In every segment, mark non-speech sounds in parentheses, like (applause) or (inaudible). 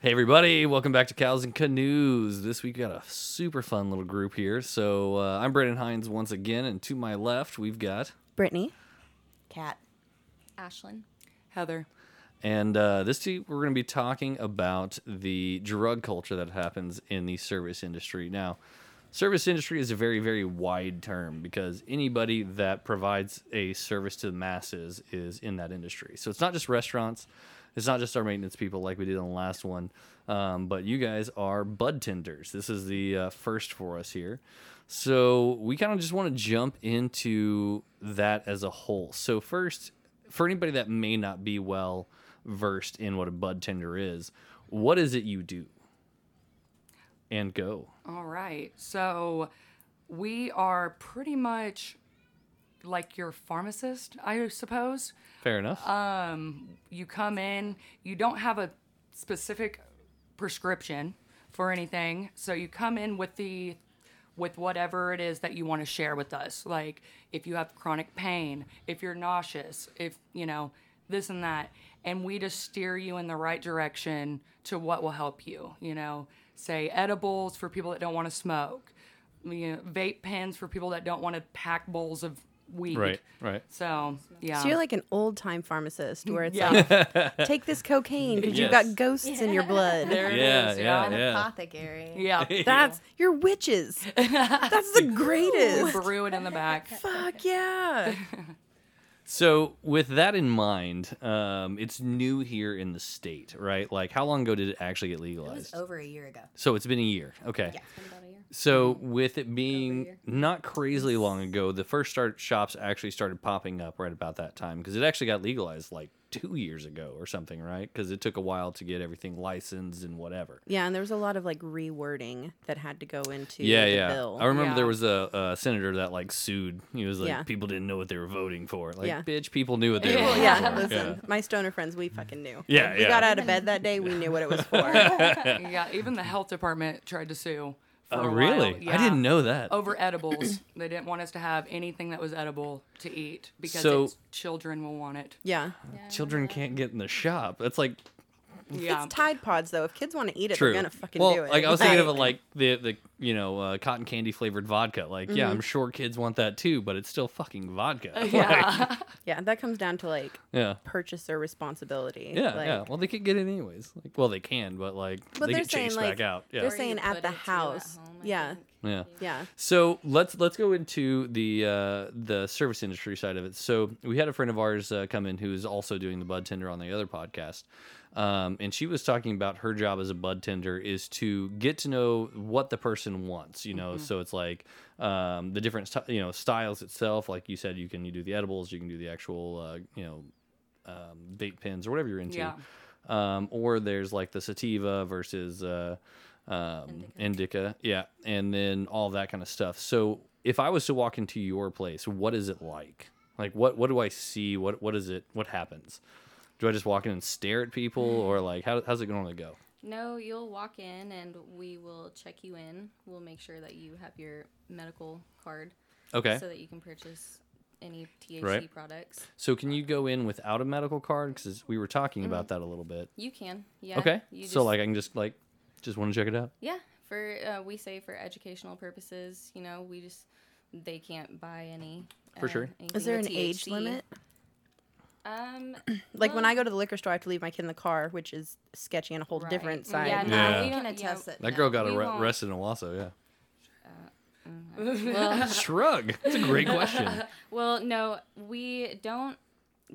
Hey everybody, welcome back to Cows and Canoes. This week we got a super fun little group here. So uh, I'm Brandon Hines once again, and to my left we've got, Brittany. Cat. Ashlyn. Heather. and uh, this week we're going to be talking about the drug culture that happens in the service industry. Now, service industry is a very very wide term because anybody that provides a service to the masses is in that industry. So it's not just restaurants. It's not just our maintenance people like we did on the last one, um, but you guys are bud tenders. This is the uh, first for us here. So we kind of just want to jump into that as a whole. So, first, for anybody that may not be well versed in what a bud tender is, what is it you do? And go. All right. So we are pretty much like your pharmacist, I suppose. Fair enough. Um, You come in, you don't have a specific prescription for anything. So you come in with the with whatever it is that you want to share with us. Like if you have chronic pain, if you're nauseous, if you know, this and that. And we just steer you in the right direction to what will help you, you know, say edibles for people that don't want to smoke, you know, vape pens for people that don't want to pack bowls of weed. right, right. So yeah. So you're like an old time pharmacist where it's yeah. (laughs) like, take this cocaine because you've Yes. got ghosts in your blood. There (laughs) it Yeah, is, yeah, An yeah. apothecary. (laughs) Yeah. That's you're witches. (laughs) That's the greatest. brew it in the (laughs) back. Fuck yeah. So, with that in mind, um, it's new here in the state, right? Like, how long ago did it actually get It was legalized? over a year ago. So it's been a year. Okay. It's been about a year. So with it being year. not crazily long ago, the first start shops actually started popping up right about that time because it actually got legalized like two years ago or something, right? Because it took a while to get everything licensed and whatever. Yeah, and there was a lot of like rewording that had to go into Yeah, the yeah. bill. I remember Yeah. there was a, a senator that like sued. He was like, Yeah. people didn't know what they were voting for. Like, Yeah. bitch, people knew (laughs) what they were Yeah. voting yeah, for. listen, my stoner friends, we fucking knew. Yeah, When we yeah. got out of bed that day, we knew what it (laughs) was for. yeah, even the health department tried to sue. For Oh, a while. really? I Yeah. didn't know that. Over edibles, they didn't want us to have anything that was edible to eat because So- it's, children will want it. yeah. Children can't get in the shop. That's like Yeah, It's Tide Pods though. If kids want to eat it, True. they're gonna fucking well, do it. Like I was thinking of it like the the you know uh, cotton candy flavored vodka. Like yeah, I'm sure kids want that too, but it's still fucking vodka. Like, yeah. Mm-hmm. (laughs) Yeah, that comes down to like yeah. purchaser responsibility. Yeah, like, yeah. Well, they could get it anyways. Like, well, they can, but like But they they're get chased saying, like, back out. Yeah, they're Or you saying put at it the to you house. home, I Yeah. think. yeah. Yeah. So let's let's go into the uh, the service industry side of it. So we had a friend of ours uh, come in who is also doing the bud tender on the other podcast, um, and she was talking about her job as a bud tender is to get to know what the person wants. You know, so it's like um, the different st- you know styles itself. Like you said, you can you do the edibles, you can do the actual uh, you know um, vape pens or whatever you're into. Yeah. Um, or there's like the sativa versus uh, um, indica. Yeah. And then all that kind of stuff. So if I was to walk into your place, what is it like? Like, what, what do I see? What, what is it? What happens? Do I just walk in and stare at people Mm. or like, how, how's it going to go? No, you'll walk in and we will check you in. We'll make sure that you have your medical card Okay. so that you can purchase any THC Right. products. So can you go in without a medical card? Because we were talking about that a little bit. You can. Mm. Yeah. okay. You so like, I can just like, just want to check it out. Yeah, for uh, we say for educational purposes, you know, we just they can't buy any. For uh, sure. Is anything Is there with an age THC. limit? Um, Like when I go to the liquor store, I have to leave my kid in the car, which is sketchy on a whole different side. Yeah, no, Yeah. we You don't- can attest yeah, it. That girl got we arre- won't- Uh, mm, arrested in Owasso. Yeah. Well, (laughs) Shrug. That's a (laughs) great question. well, no, we don't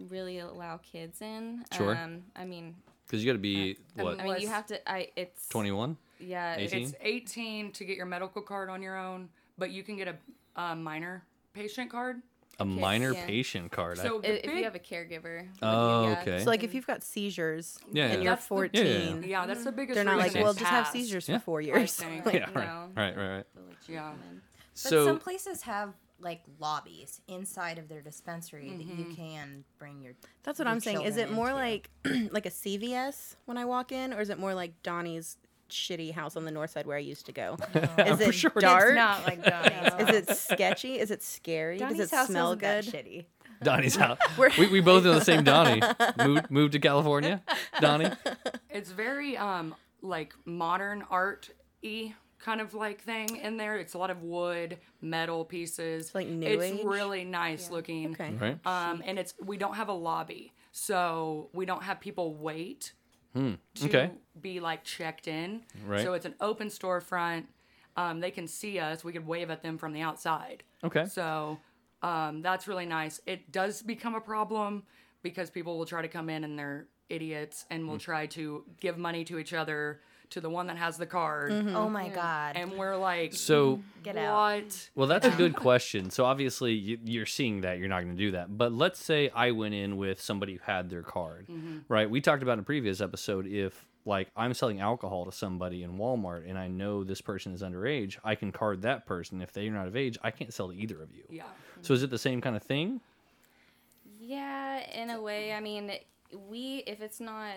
really allow kids in. Sure. Um, I mean, Because you got to be what I mean, you Unless- have to. I it's twenty one. Yeah, it's- 18? It's 18 to get your medical card on your own, but you can get a, a minor patient card. A minor yeah. patient card. I- So i- the if you big- have a caregiver. with you, Oh, yeah, okay. So like if you've got seizures Yeah, yeah. and you're That's the- Yeah, yeah, yeah. 14, yeah, that's the biggest. Mm. they're not like, reason it well, just have passed. seizures Yeah. for four I years. think. Like, (laughs) yeah, right, no. right, right, right. They'll let you Yeah. come in. But so some places have like lobbies inside of their dispensary that Mm-hmm. you can bring your. That's what your I'm saying. Is children it more into. like (clears throat) like a CVS when I walk in, or is it more like Donnie's shitty house on the north side where I used to go? Is For it sure it's dark? It's not (laughs) like Donnie's. Is it sketchy? Is it scary? Donnie's Does it house smell isn't that good? shitty. Donnie's (laughs) out. we, we (laughs) both know the same Donnie. Moved, moved to California. Donnie. It's very um like modern art y kind of like thing in there. It's a lot of wood, metal pieces. like, new it's age? really nice looking. Okay. Right? Um, and it's we don't have a lobby, so we don't have people wait to Hmm. Okay. be like checked in. Right. So it's an open storefront. Um, they can see us. We could wave at them from the outside. Okay. So um, that's really nice. It does become a problem because people will try to come in and they're idiots and Mm. will try to give money to each other to the one that has the card. Mm-hmm. Oh my god. And we're like, So, Get what? out. well, that's a good question. So, obviously, you, you're seeing that you're not going to do that. But let's say I went in with somebody who had their card, Mm-hmm. right? We talked about in a previous episode if, like, I'm selling alcohol to somebody in Walmart and I know this person is underage, I can card that person. If they're not of age, I can't sell to either of you. Yeah. Hmm. So, is it the same kind of thing? Yeah, in a way. I mean, we if it's not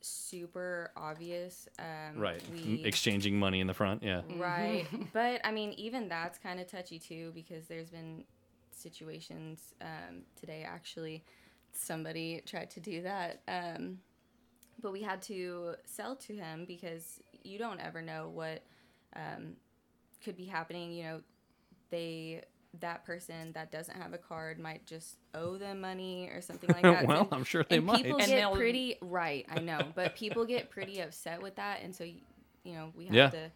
super obvious, um, M- We Exchanging money in the front. Yeah. right. Mm-hmm. (laughs) but I mean, even that's kind of touchy too because there's been situations um, today actually. Somebody tried to do that, um, but we had to sell to him because you don't ever know what um, could be happening. You know, they that person that doesn't have a card might just owe them money or (laughs) something like that. Well, And- I'm sure they and might. people And get they'll- pretty right. I know, but people get pretty upset with that, and so you, you know we have Yeah. to.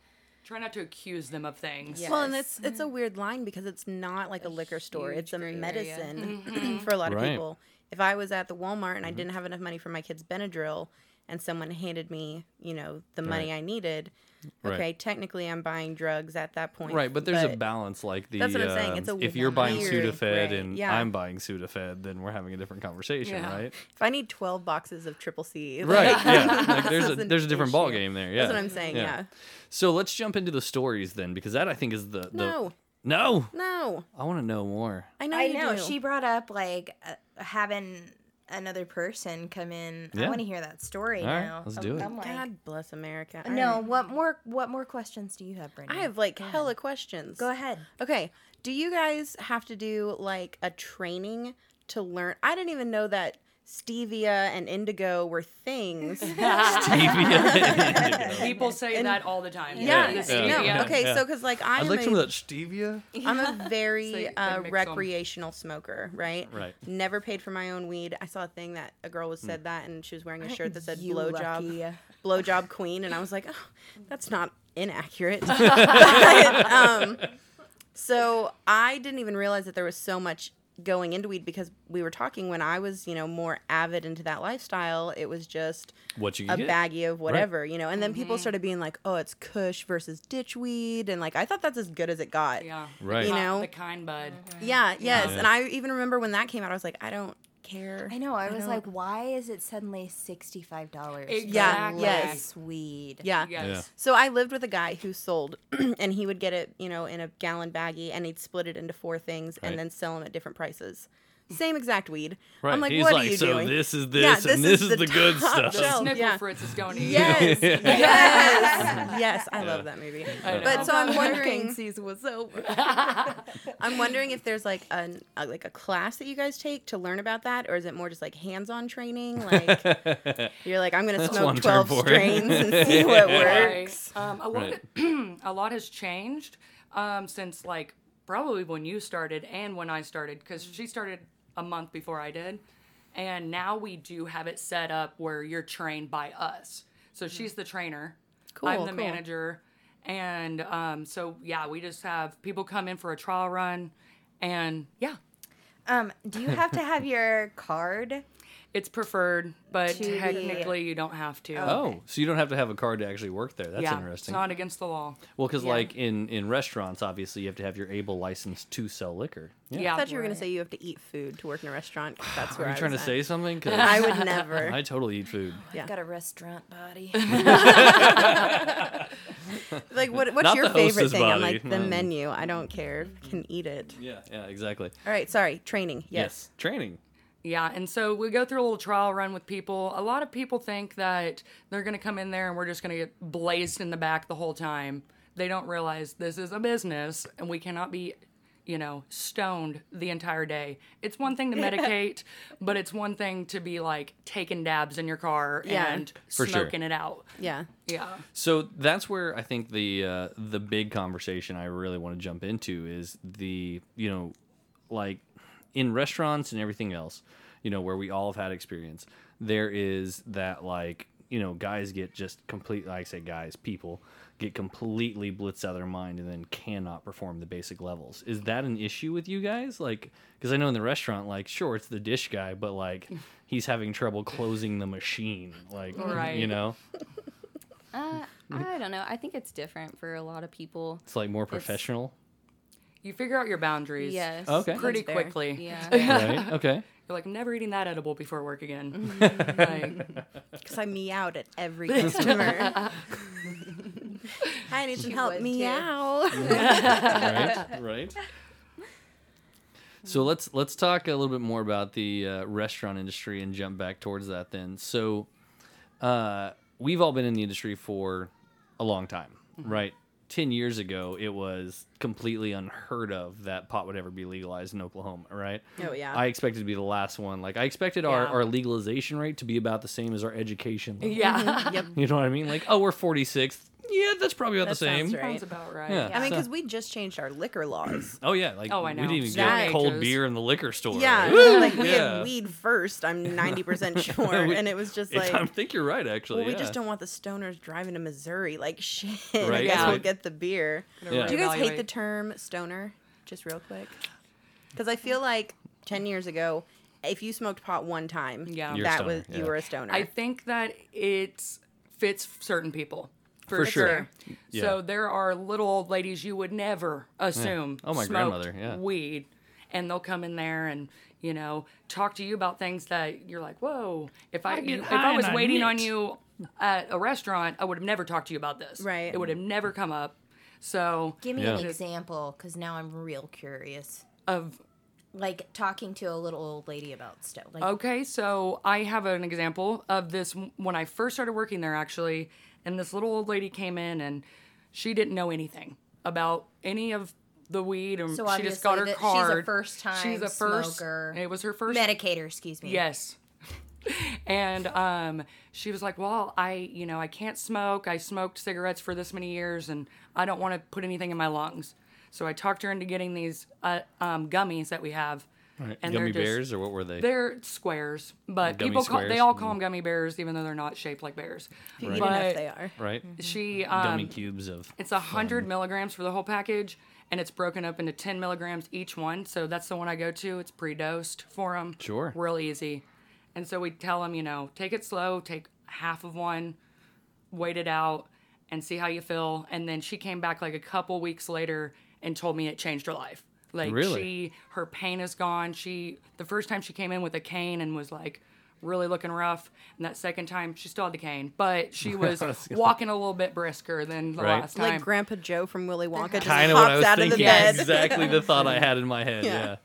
Try not to accuse them of things. Yeah. Well, and Yes. it's it's a weird line because it's not like a, liquor store; huge it's a gray area. medicine Mm-hmm. (clears throat) for a lot of Right. Mm-hmm. people. If I was at the Walmart and I didn't have enough money for my kids' Benadryl, and someone handed me, you know, the money I needed, Right. okay, technically I'm buying drugs at that point. Right, but there's a balance like the That's what I'm saying, um, it's a if you're buying weird Sudafed gray, and yeah. I'm buying Sudafed, then we're having a different conversation, (laughs) Yeah. right? If I need 12 boxes of Triple C, like, Right. (laughs) yeah. Like, there's a That's an there's a different ball issue. game there. Yeah. that's what I'm saying. Yeah. So let's jump into the stories then, because that I think is the, the No, no. no, I want to know (laughs) more. I know. I you know. do. She brought up like uh, having another person come in. Yeah. I want to hear that story All right, now. let's I'm- do it. I'm like, uh, God bless America. All no. right. What more? What more questions do you have, Brittany? I have like hella questions. Go ahead. Okay. Do you guys have to do like a training to learn? I didn't even know that stevia and indigo (laughs) were things. yeah. Stevia. People say that all the time. Yeah, This yeah, is- no. yeah, okay. yeah. So, because like I I'd am like some a- of that stevia. I'm a very So you can uh, mix 'em. recreational smoker, right? Right. Hmm. Never paid for my own weed. I saw a thing that a girl was said that, and she was wearing a shirt that said you "blowjob, lucky. blowjob queen," and I was like, "Oh, that's not (laughs) inaccurate." (laughs) um, so I didn't even realize that there was so much going into weed because we were talking when I was, you know, more avid into that lifestyle. It was just What you a get? baggie of whatever, you know. And then Mm-hmm. people started being like, "Oh, it's Kush versus ditch weed," and like I thought that's as good as it got. Yeah. Right. You Ki- know? The kind bud. Yeah, yes. And I even remember when that came out, I was like, I don't care. I know. I was like, why is it suddenly sixty-five dollars? Yeah, yes. Weed. Yeah. Yes. So I lived with a guy who sold, (clears throat) and he would get it, you know, in a gallon baggie, and he'd split it into four things Right. and then sell them at different prices. Same exact weed. Right. I'm like, He's what like, are you so doing? this is this Yeah, and this is the, good top stuff. shelf. Snicker Yeah. Fritz is going to eat. (laughs) (laughs) Yes, yes, yes. I love that movie. I know. But so I'm wondering, season was over. I'm wondering if there's like an a, like a class that you guys take to learn about that, or is it more just like hands-on training? (laughs) Like you're like, I'm gonna one smoke term 12 for it. (laughs) strains and see what works. Right. Um, a, lot, (clears throat) a lot has changed um, since like probably when you started and when I started because she started a month before I did, and now we do have it set up where you're trained by us. So she's the trainer. I'm Cool, the cool. manager, and um, so yeah, we just have people come in for a trial run, and yeah, Um, do you have to have your card? it's preferred, but To the- technically you don't have to. Oh, so you don't have to have a card to actually work there. That's yeah, interesting. It's not against the law. Well, because like in in restaurants, obviously you have to have your able license to sell liquor. Yeah, I thought you were gonna say you have to eat food to work in a (sighs) restaurant. 'cause that's where Are you I trying to was (laughs) say at. something? 'Cause (laughs) I (laughs) would never. I totally eat food. Yeah. Got a restaurant body. like, what, what's Not your the favorite hostess thing? I'm body. like the Mm. menu. I don't care. Can eat it. Yeah, yeah, exactly. All right. Sorry. Training. Yes. Training. Yeah, and so we go through a little trial run with people. A lot of people think that they're going to come in there and we're just going to get blazed in the back the whole time. They don't realize this is a business and we cannot be you know, stoned the entire day. It's one thing to medicate, but it's one thing to be like taking dabs in your car Yeah. and For sure. smoking it out. Yeah. Yeah. So that's where I think the uh, the big conversation I really want to jump into is the you know like in restaurants and everything else you know where we all have had experience there is that like you know guys get just complete like I say guys people get completely blitzed out of their mind and then cannot perform the basic levels is that an issue with you guys like because I know in the restaurant like sure it's the dish guy but like he's having trouble closing the machine like you Right. know (laughs) Uh, I don't know. I think it's different for a lot of people. it's like more professional. You figure out your boundaries Yes. Okay. pretty That's fair. quickly. (laughs) Yeah. right? Okay. You're like, never eating that edible before work again. like, Because I meowed at (laughs) (laughs) every customer. I need some She help. would, Meow. right. Right. So let's let's talk a little bit more about the uh, restaurant industry and jump back towards that then. So uh, we've all been in the industry for a long time, Mm-hmm. right? Ten years ago, it was completely unheard of that pot would ever be legalized in Oklahoma, right? Oh, yeah. I expected to be the last one. Like I expected our, Yeah. our legalization rate to be about the same as our education. level. yeah. You know what I mean? Like oh, we're forty sixth. Yeah, that's probably about That the same. sounds right. Sounds about right. Yeah. I mean, So- because we just changed our liquor laws. Oh yeah, like Oh, I we know. didn't even That get cold ages. beer in the liquor store. Yeah, Like, like we Yeah. had weed first. I'm (laughs) 90% sure, We- and it was (laughs) just it's- like, I think you're right, actually. well, we yeah. just don't want the stoners driving to Missouri. Like (laughs) shit, I Right, guess yeah. we'll get the beer. Yeah. Do you guys hate the Reevaluate. term stoner? Just real quick, because I feel like 10 years ago, if you smoked pot one time, Yeah. You're a that stoner, was you yeah. were a stoner. I think that it fits certain people. For, For sure. sure. Yeah. So there are little old ladies you would never assume. Oh, my smoked grandmother, yeah. Weed. And they'll come in there and, you know, talk to you about things that you're like, whoa, if I, you- if I was waiting on you at a restaurant, I would have never talked to you about this. Right. It would have never come up. So, Give me an Yeah. example, because now I'm real curious. of Like talking to a little old lady about stuff. Like, Okay, so I have an example of this w- when I first started working there, actually. And this little old lady came in and she didn't know anything about any of the weed. And So she just got her obviously that she's a card. first-time smoker. It was her first. medicator, excuse me. yes. (laughs) and um, she was like, "Well, I, you know, I can't smoke. I smoked cigarettes for this many years, and I don't want to put anything in my lungs." So I talked her into getting these uh, um, gummies that we have. Right. and they're gummy just- bears or what were they? they're squares, but Gummy people call, they squares? Mm. all call them gummy bears, even though they're not shaped like bears. even But if they are. Right. she, gummy um, cubes of. it's a hundred milligrams for the whole package, and it's broken up into ten milligrams each one. So that's the one I go to. It's pre-dosed for them. Sure. real easy. And so we tell them, you know, take it slow, take half of one, wait it out, and see how you feel. And then she came back like a couple weeks later and told me it changed her life. Like Really? she her pain is gone. She the first time she came in with a cane and was like really looking rough, and that second time she still had the cane, but (laughs) she was walking a little bit brisker than the Right. last time. Like Grandpa Joe from Willy Wonka just Kind pops of what I was out of the thinking. bed. (laughs) exactly the thought I had in my head. Yeah. Yeah.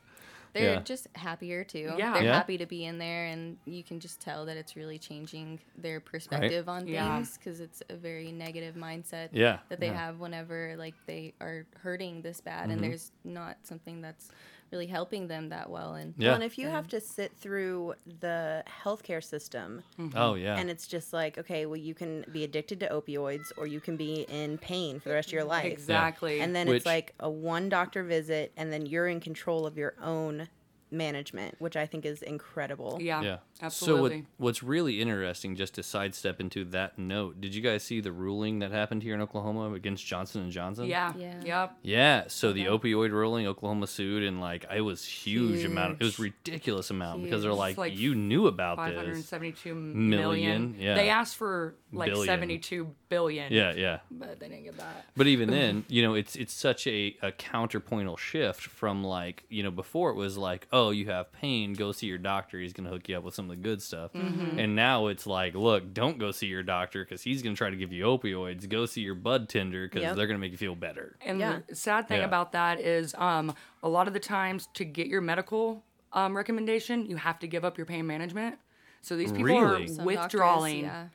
They're Yeah. just happier too. Yeah. They're Yeah. happy to be in there, and you can just tell that it's really changing their perspective on Yeah. things because it's a very negative mindset Yeah, that they yeah. Mm-hmm. have whenever like they are hurting this bad, and there's not something that's really helping them that well. And Yeah. Well, and if you have to sit through the healthcare system, Oh yeah. and it's just like, okay, well, you can be addicted to opioids, or you can be in pain for the rest of your life. exactly. And then Which- it's like a one doctor visit, and then you're in control of your own management, which I think is incredible. yeah, yeah. absolutely. So what, what's really interesting, just to sidestep into that note, did you guys see the ruling that happened here in Oklahoma against Johnson and Johnson? yeah. Yeah. Yep. Yeah, so the opioid ruling, Oklahoma sued, and like it was huge, amount. It was ridiculous amount because they're Huge. like, It's like you knew about this. 572 million. Million, yeah. They asked for like Billion. 72 billion. Yeah, yeah. But they didn't get that. But (laughs) even then, you know, it's it's such a, a counterpointal shift from like, you know, before it was like, oh, you have pain, go see your doctor. He's going to hook you up with some of the good stuff. Mm-hmm. And now it's like, look, don't go see your doctor because he's going to try to give you opioids. Go see your bud tender because Yep. they're going to make you feel better. And Yeah. the sad thing Yeah. about that is um, a lot of the times to get your medical um, recommendation, you have to give up your pain management. So these people Really? are Some some doctors, withdrawing yeah.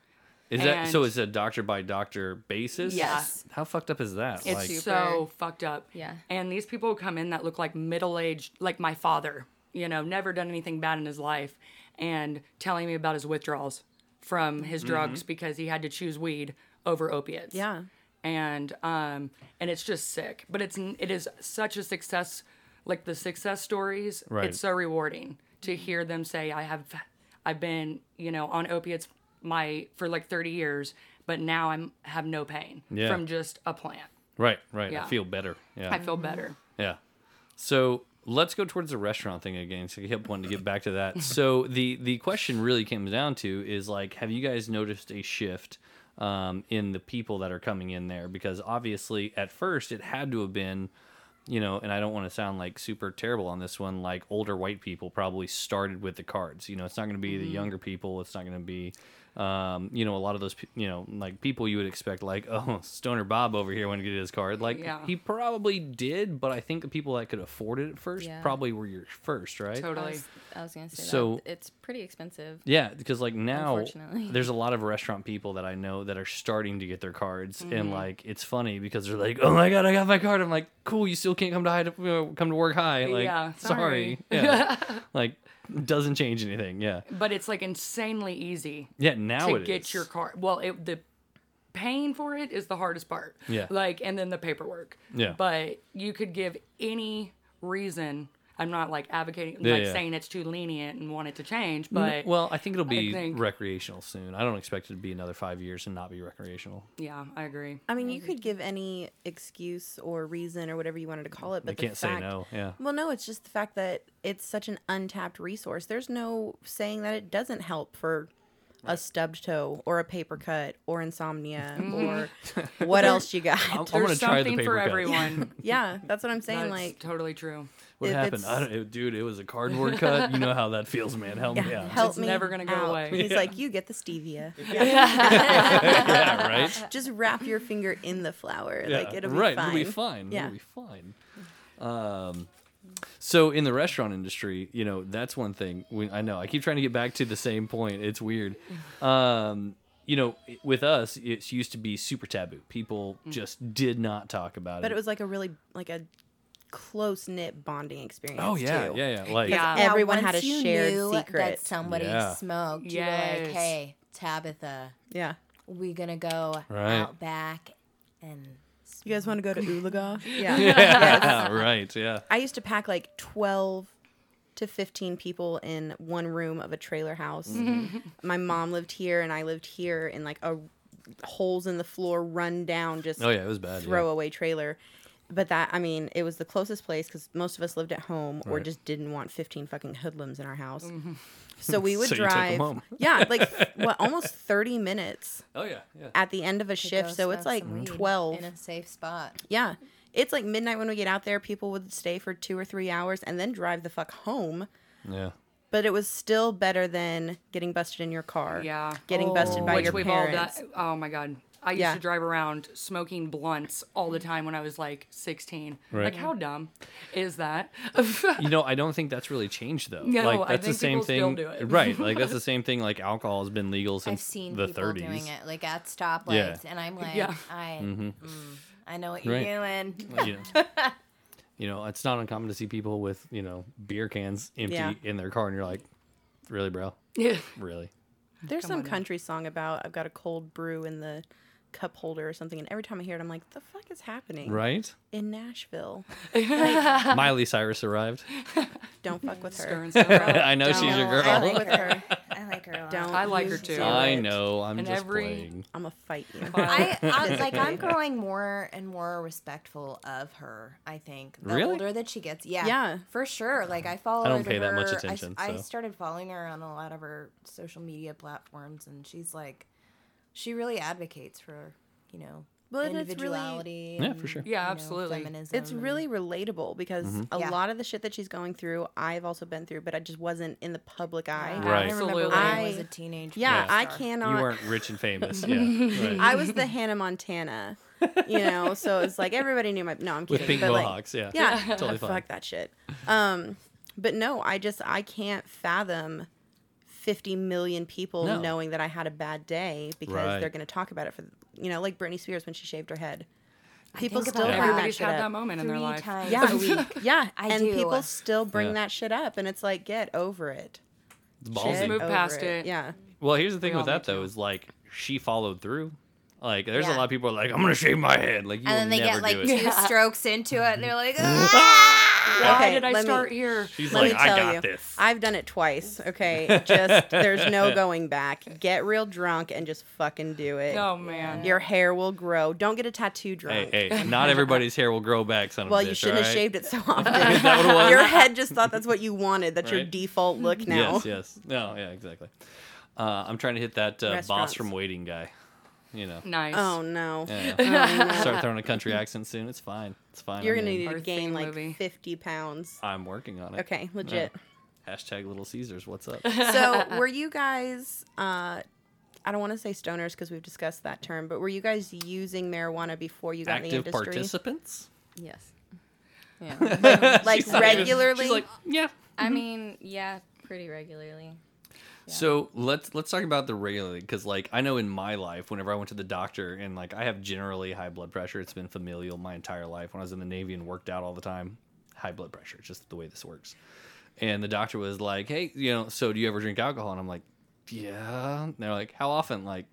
Is that so? And- It's a doctor by doctor basis. Yes. How fucked up is that? It's like, super- so fucked up. Yeah. And these people come in that look like middle aged, like my father, you know, never done anything bad in his life, and telling me about his withdrawals from his Mm-hmm. drugs because he had to choose weed over opiates. Yeah. And um and it's just sick, but it's n- it is such a success, like the success stories. Right. It's so rewarding to hear them say, "I have, I've been, you know, on opiates my for like 30 years, but now I'm have no pain Yeah. from just a plant." right, right. I Yeah. feel better. Yeah, I feel better. yeah. So let's go towards the restaurant thing again. So I kept wanting to get back to that. So the the question really comes down to is like, have you guys noticed a shift? Um, in the people that are coming in there because obviously at first it had to have been you know, and I don't want to sound like super terrible on this one, like older white people probably started with the cards. You know, it's not going to be the younger people. It's not going to be, um, you know, a lot of those, pe- you know, like people you would expect, like, (laughs) oh, Stoner Bob over here went to get his card. Like, Yeah. he probably did, but I think the people that could afford it at first Yeah. probably were your first, right? I Totally. was, I was gonna say So- that it's pretty expensive. Yeah, because like now Unfortunately. there's a lot of restaurant people that I know that are starting to get their cards, Mm-hmm. and like it's funny because they're like, "Oh my god, I got my card." I'm like, "Cool, you still can't come to high to, uh, come to work high." Like, Yeah, sorry, sorry. (laughs) yeah, like doesn't change anything. Yeah, But it's like insanely easy yeah. Now to it get is. your car. Well, it, the paying for it is the hardest part. Yeah. Like, and then the paperwork. Yeah. But you could give any reason. I'm not like advocating, Yeah, like yeah. saying it's too lenient and want it to change, N- but well, I think it'll be think- recreational soon. I don't expect it to be another five years and not be recreational. yeah, I agree. I mean, you could give any excuse or reason or whatever you wanted to call it, They but the can't say fact- no. Yeah, Well, no, it's just the fact that it's such an untapped resource. There's no saying that it doesn't help for a stubbed toe or a paper cut or insomnia (laughs) or what else you got. I'm, I'm gonna There's try the something paper for cut. (laughs) everyone. yeah, that's what I'm saying. That's like, totally true. What If happened, it's- I don't, it- dude? It was a cardboard cut. You know how that feels, man. Help yeah, me out. help (laughs) It's me. never gonna go out. away. (laughs) He's like, you get the stevia. yeah, right. Uh, (laughs) Just wrap your finger in (laughs) the flour. like, it'll be right. fine. It'll be fine. Yeah. It'll be fine. Um, so in the restaurant industry, you know, that's one thing. We, I know I keep trying to get back to the same point. It's weird. Um, you know, i- with us, it used to be super taboo. People just did not talk about But it. it was like a really, like a close knit bonding experience. oh yeah, too. yeah, yeah. Like (laughs) Yeah. Now, Everyone had a once you shared knew secret. that somebody Yeah. smoked. You were Yes. like, hey, Tabitha, Yeah. we gonna go Right. out back and You guys want to (laughs) go to Ulaga? Yeah. yeah, right, yeah. I used to pack like 12 to 15 people in one room of a trailer house. Mm-hmm. Mm-hmm. My mom lived here and I lived here in like a holes in the floor, run down, just Oh yeah, it was bad. yeah. throwaway trailer. But that, I mean, it was the closest place because most of us lived at home or Right. just didn't want 15 fucking hoodlums in our house. Mm-hmm. (laughs) (laughs) So we would So you took 'em drive. home. (laughs) Yeah, (laughs) like what, almost 30 minutes Oh yeah, yeah. at the end of to a shift. go So it's smoke like some weed 12. in a safe spot. Yeah. It's like midnight when we get out there. People would stay for two or three hours and then drive the fuck home. Yeah. But it was still better than getting busted in your car. Yeah. Oh. Getting busted by Which your we've parents. all done. Oh my god. I used Yeah. to drive around smoking blunts all the time when I was like 16. Right. Like, how dumb is that? (laughs) you know, I don't think that's really changed though. No, like I that's the think same people still thing, do it. right? Like that's the same thing. Like alcohol has been legal since I've seen the people 30s. doing it like at stoplights, and I'm like, Yeah. I, mm, I know what you're Mm-hmm. Right. doing. (laughs) you know, you know, it's not uncommon to see people with you know beer cans empty Yeah. in their car, and you're like, really, bro, really? There's some country song about I've got a cold brew in the cup holder or something. And every time I hear it, I'm like, the fuck is happening? Right? In Nashville. (laughs) Miley Cyrus (laughs) arrived. Don't fuck with Stir her. and stuff up. (laughs) I know she's your No, I girl. (laughs) like her. I like her. A lot. Don't I like her you too. do I it. know. I'm And just every- playing. I'm going to fight you. I, (laughs) I like I'm growing more and more respectful of her. I think the Really? older that she gets, yeah, Yeah. for sure. Like I follow. I don't her to pay that much her- I s- attention, I, so. started following her on a lot of her social media platforms, and she's like, she really advocates for you know Well, and it's really- individuality. Yeah, and, for sure. you Yeah, know, absolutely. feminism. (laughs) It's and- really relatable because Mm-hmm. a Yeah. lot of the shit that she's going through, I've also been through, but I just wasn't in the public eye. Yeah, Right. I remember when Absolutely. I was I- a teenager. Yeah, I You cannot. weren't rich and (laughs) famous. Yeah. Right. I was the Hannah Montana, you know. So it's like everybody knew my. No, I'm kidding. With pink but like- mohawks. (laughs) yeah. yeah, (laughs) Totally fine. fuck that shit. Um, but no, I just I can't fathom 50 million people No. knowing that I had a bad day because Right. they're going to talk about it for, you know, like Britney Spears when she shaved her head. People think still about bring that. that Everybody's shit had that up. moment in their Three life. (laughs) times. Yeah, a (laughs) (laughs) (laughs) yeah, I and do. people still bring Yeah. that shit up, and it's like, get over it. It's Just ballsy. move Over past it. Yeah, Well, here's the thing We with all that need though to. is like she followed through. Like there's a Yeah. lot of people like I'm gonna shave my head. Like you will and then they never get like do two (laughs) it. strokes into it, and they're like, "Ah!" Why Okay, did I let me- start here? She's let like, me I tell got you, this. I've done it twice. Okay, just (laughs) there's no going back. Get real drunk and just fucking do it. Oh man. Your hair will grow. Don't get a tattoo drunk. hey, hey, not everybody's hair will grow back, son of Well, a bitch. you shouldn't have alright? shaved it so often. (laughs) Is that what it was? Your head just thought that's what you wanted. That's your Right. (laughs) default look now. Yes, yes. No, yeah, exactly. Uh, I'm trying to hit that uh, boss Restaurants. from waiting guy. You know, Nice. (laughs) Oh no. Yeah. Oh, (laughs) no. start throwing a country accent soon. It's fine. It's fine. You're I'm gonna in. need to Our gain theme like movie. 50 pounds. I'm working on it. Okay, (laughs) legit. Hashtag Little Caesars. What's up? So, were you guys? Uh, I don't want to say stoners because we've discussed that term, but were you guys using marijuana before you got in the Active industry? participants. (laughs) Yes. like She's not even- she's regularly? like, yeah. I mean, yeah, pretty regularly. So let's let's talk about the regularly because like I know in my life whenever I went to the doctor and like I have generally high blood pressure it's been familial my entire life when I was in the Navy and worked out all the time high blood pressure it's just the way this works and the doctor was like hey you know so do you ever drink alcohol and I'm like yeah and they're like how often like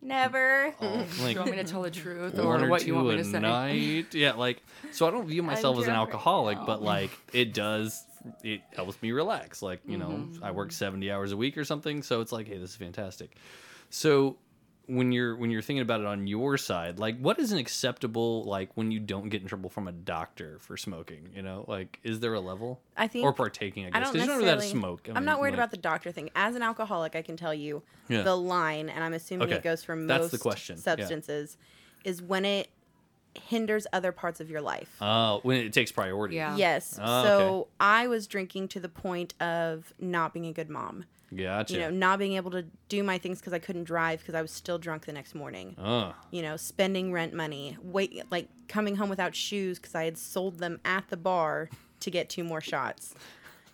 Never. all, like You want me to tell the truth one or or what two you want me a to say? night yeah like so I don't view myself as an drunk right alcoholic now. but like it does it helps me relax like you know I work 70 hours a week or something so it's like hey this is fantastic so when you're when you're thinking about it on your side, like what is an acceptable like when you don't get in trouble from a doctor for smoking? You know, like is there a level? I think- or partaking, I I guess. don't Because you don't necessarily. really have to smoke. I am not worried mean, about like- the doctor thing. As an alcoholic, I can tell you Yeah. the line, and I'm assuming Okay, it goes for most that's the question, yeah. substances, is when it hinders other parts of your life. Oh, when it takes priority. Yeah. Yes. Oh, okay. so I was drinking to the point of not being a good mom. Gotcha. You know, not being able to do my things because I couldn't drive because I was still drunk the next morning. oh, You know, spending rent money, wait, like coming home without shoes because I had sold them at the bar to get two more shots.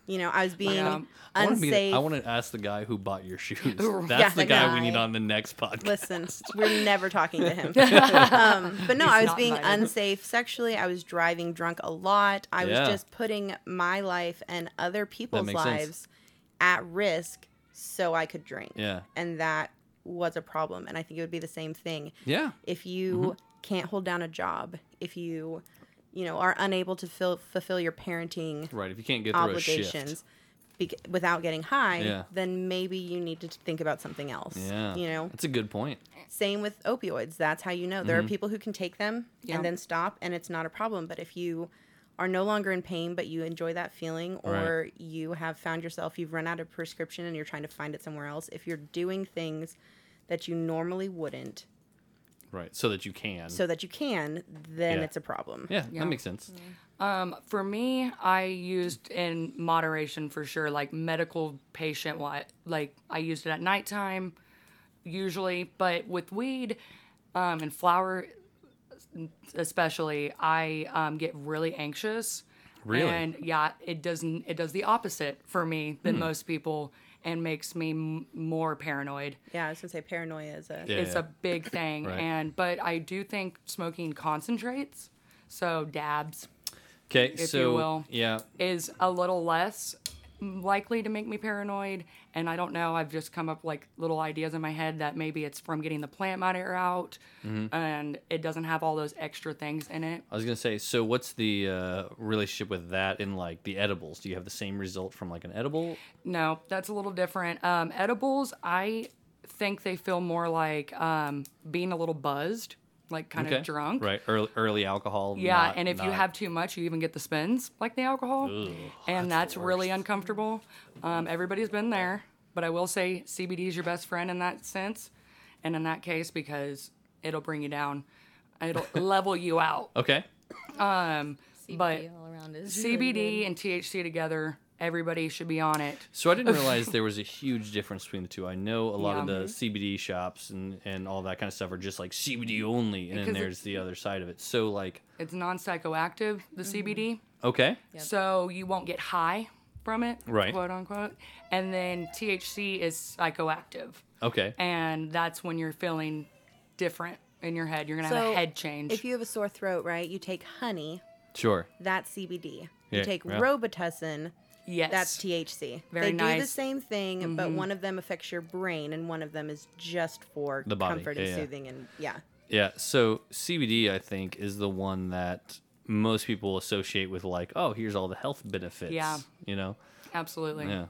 You know, I was being Yeah. um, I wanna be- unsafe. I want to ask the guy who bought your (laughs) shoes. That's Yeah, the the guy we guy. need on the next podcast. (laughs) Listen, we're never talking to him. um, but no, I was not being invited. unsafe sexually. I was driving drunk a lot. I Yeah. was just putting my life and other people's makes sense. lives at risk so I could drink. Yeah. And that was a problem. And I think it would be the same thing. Yeah. If you Mm-hmm. can't hold down a job, if you, you know, are unable to fill, fulfill your parenting Right. If you can't get through a shift. obligations bec- without getting high, Yeah. then maybe you need to think about something else. Yeah. You know, That's a good point. same with opioids. That's how you know. Mm-hmm. There are people who can take them Yeah. and then stop, and it's not a problem. But if you are no longer in pain, but you enjoy that feeling, or you have found yourself, you've run out of prescription and you're trying to find it somewhere else, if you're doing things that you normally wouldn't Right. So that you can. so that you can, then Yeah. it's a problem. yeah, Yeah. That makes sense. Um, for me, I used in moderation for sure, like medical patient. wi- Like I used it at nighttime, usually, but with weed um, and flower, especially, I um, get really anxious. Really? And yeah, it doesn't. It does the opposite for me than Hmm. most people, and makes me m- more paranoid. Yeah, I was gonna say paranoia is a. Yeah. It's a big thing, Right. and but I do think smoking concentrates, so dabs, Okay. you So will. yeah. is a little less likely to make me paranoid. And I don't know. I've just come up like little ideas in my head that maybe it's from getting the plant matter out, and it doesn't have all those extra things in it. I was gonna say. So what's the uh, relationship with that in like the edibles? Do you have the same result from like an edible? No, that's a little different. Um, edibles, I think they feel more like um, being a little buzzed, like kind of drunk. Right. Early, early alcohol. Yeah, not- and if you not- have too much, you even get the spins like the alcohol, and that's, really uncomfortable. Um, everybody's been there, but I will say CBD is your best friend in that sense, and in that case because it'll bring you down, (laughs) it'll level you out. Okay. Um, CBD but all around is CBD and THC together, everybody should be on it. So I didn't realize there was a huge difference between the two. I know a lot of Yeah. the CBD shops and, and all that kind of stuff are just like CBD only, and then Because it- there's the other side of it. So like, It's non psychoactive, the CBD, okay, so you won't get high. from it, Right. quote unquote. And then THC is psychoactive, Okay. and that's when you're feeling different in your head. You're gonna have So, a head change. If you have a sore throat, right, you take honey, Sure. that's CBD. Yeah, You take yeah. Robitussin, yes, that's THC. Very they do the nice. same thing, but one of them affects your brain and one of them is just for The body, comfort yeah, and yeah. soothing and yeah. Yeah. So CBD, I think, is the one that most people associate with like, oh, here's all the health benefits. Yeah. You know. absolutely. Yeah.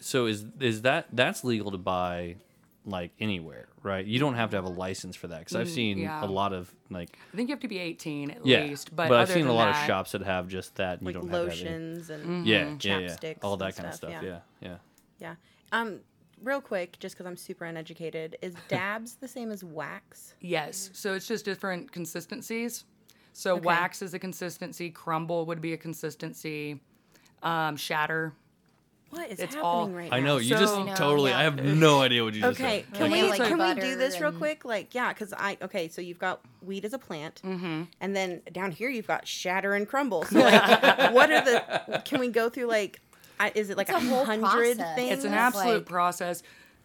So is is that that's legal to buy, like anywhere, right? You don't have to have a license for that because I've seen Mm, yeah. a lot of like I think you have to be 18 at yeah, least. But, but, I've other seen a than lot that- of shops that have just that. And Like you don't lotions and Have to have any- yeah, yeah, yeah, Mm-hmm. chapsticks all and that kind of stuff. stuff, Yeah, yeah. yeah. yeah. Um real quick, just cuz I'm super uneducated, (laughs) is dabs the same as wax? Yes. So it's just different consistencies. So wax is a consistency. Crumble would be a consistency. Um, shatter. What is It's happening all- right now? I know you just So- No, totally. yeah. I have no idea what you just Okay, said. can Like, we like can we do butter this real and- quick? Like, yeah, because I okay, so you've got weed as a plant, Mm-hmm. and then down here you've got shatter and crumble. (laughs) So like, what are the? Can we go through like? I, is it like It's a whole hundred process. things? It's an It's absolute like- process.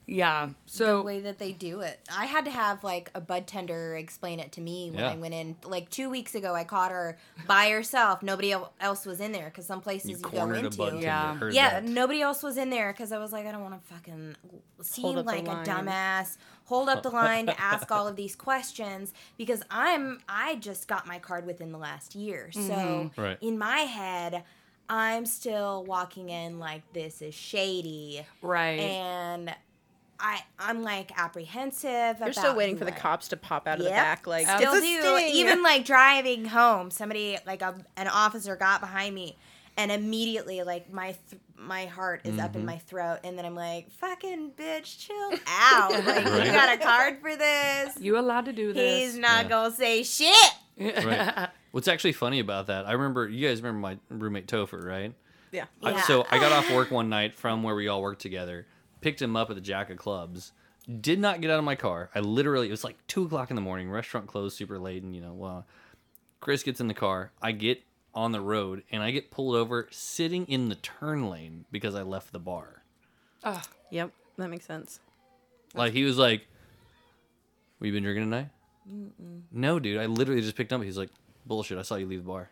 Yeah. the So way that they do it. I had to have like a bud tender explain it to me when Yeah. I went in. Like two weeks ago, I caught her by herself. Nobody el- else was in there because some places You you, go cornered a into. bunch. Yeah. Yeah, Yeah, nobody else was in there because I was like, I don't want to fucking seem up the like a line. dumbass. Hold up the line to ask all of these questions because I'm I just got my card within the last year, so Mm-hmm. Right. in my head, I'm still walking in like this is shady, right. and I I'm like apprehensive. You're still waiting for the cops to pop out of the back. Like, still "It's a do. sting." Even like driving home, somebody like a, an officer got behind me, and immediately like my th- my heart is up Mm-hmm. in my throat, and then I'm like, "Fucking bitch, chill (laughs) out! Like Right. you got a card for this? you allowed to do this. (laughs) He's not Yeah. gonna say shit." right. What's actually funny about that? I remember you guys remember my roommate Topher, right? yeah. I- Yeah. so I got off work one night from where we all worked together, picked him up at the Jack of Clubs, did not get out of my car. I literally, it was like two o'clock in the morning, restaurant closed super late, and you know, well, Chris gets in the car. I get on the road and I get pulled over sitting in the turn lane because I left the bar. Yep, that makes sense. Like, he was like, What you been drinking tonight? No, dude. I literally just picked him up. He's like, Bullshit. I saw you leave the bar.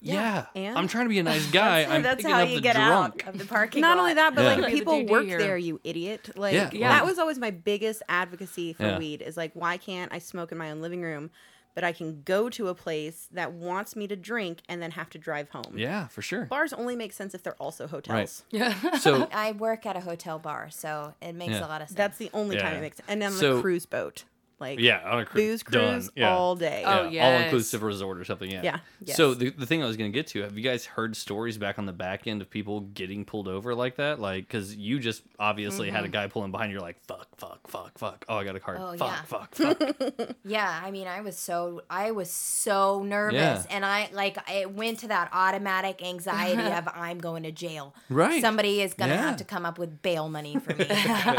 Yeah. and? I'm trying to be a nice guy. I'm That's picking how up you the get drunk. out of the parking. Not lot. only that, but Yeah. like Look at the people DD work here. there, you idiot. Like Yeah, Yeah. that was always my biggest advocacy for Yeah. weed is like why can't I smoke in my own living room, but I can go to a place that wants me to drink and then have to drive home. Yeah, for sure. Bars only make sense if they're also hotels. (laughs) So I work at a hotel bar, so it makes Yeah. a lot of sense. That's the only time Yeah. it makes sense. And on So- the cruise boat. Like Yeah, on a cru- booze done, cruise yeah. all day. Oh, yeah, yes. all inclusive resort or something. Yeah. Yeah, So yes. the, the thing I was going to get to, have you guys heard stories back on the back end of people getting pulled over like that? Like, because you just obviously had a guy pulling behind you, like, fuck, fuck, fuck, fuck. Oh, I got a card. Oh, fuck, yeah. fuck, fuck, Yeah, I mean, I was so I was so nervous, Yeah. and I like it went to that automatic anxiety (laughs) of I'm going to jail. Right. Somebody is gonna Yeah. have to come up with bail money for (laughs) me. (laughs)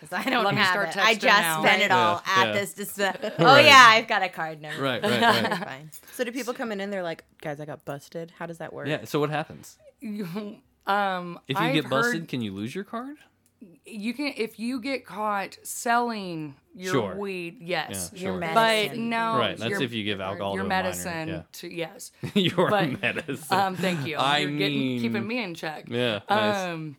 Because I don't Let me have start it. I texting just now. spent it all Yeah, at yeah. this. Just uh, (laughs) oh yeah, I've got a card number. (laughs) Right, right, right. You're fine. So do people come in and they're like, guys, I got busted? How does that work? yeah. So what happens? um, If you I've get busted, heard can you lose your card? you can if you get caught selling your Sure. weed. Yes. Yeah, Your oh, Sure. But medicine. no, right. That's your, if you give alcohol your to medicine (laughs) a minor. to (laughs) yes. Yeah. your But, medicine. Um, thank you. I You're getting mean- keeping me in check. yeah. Nice. Um,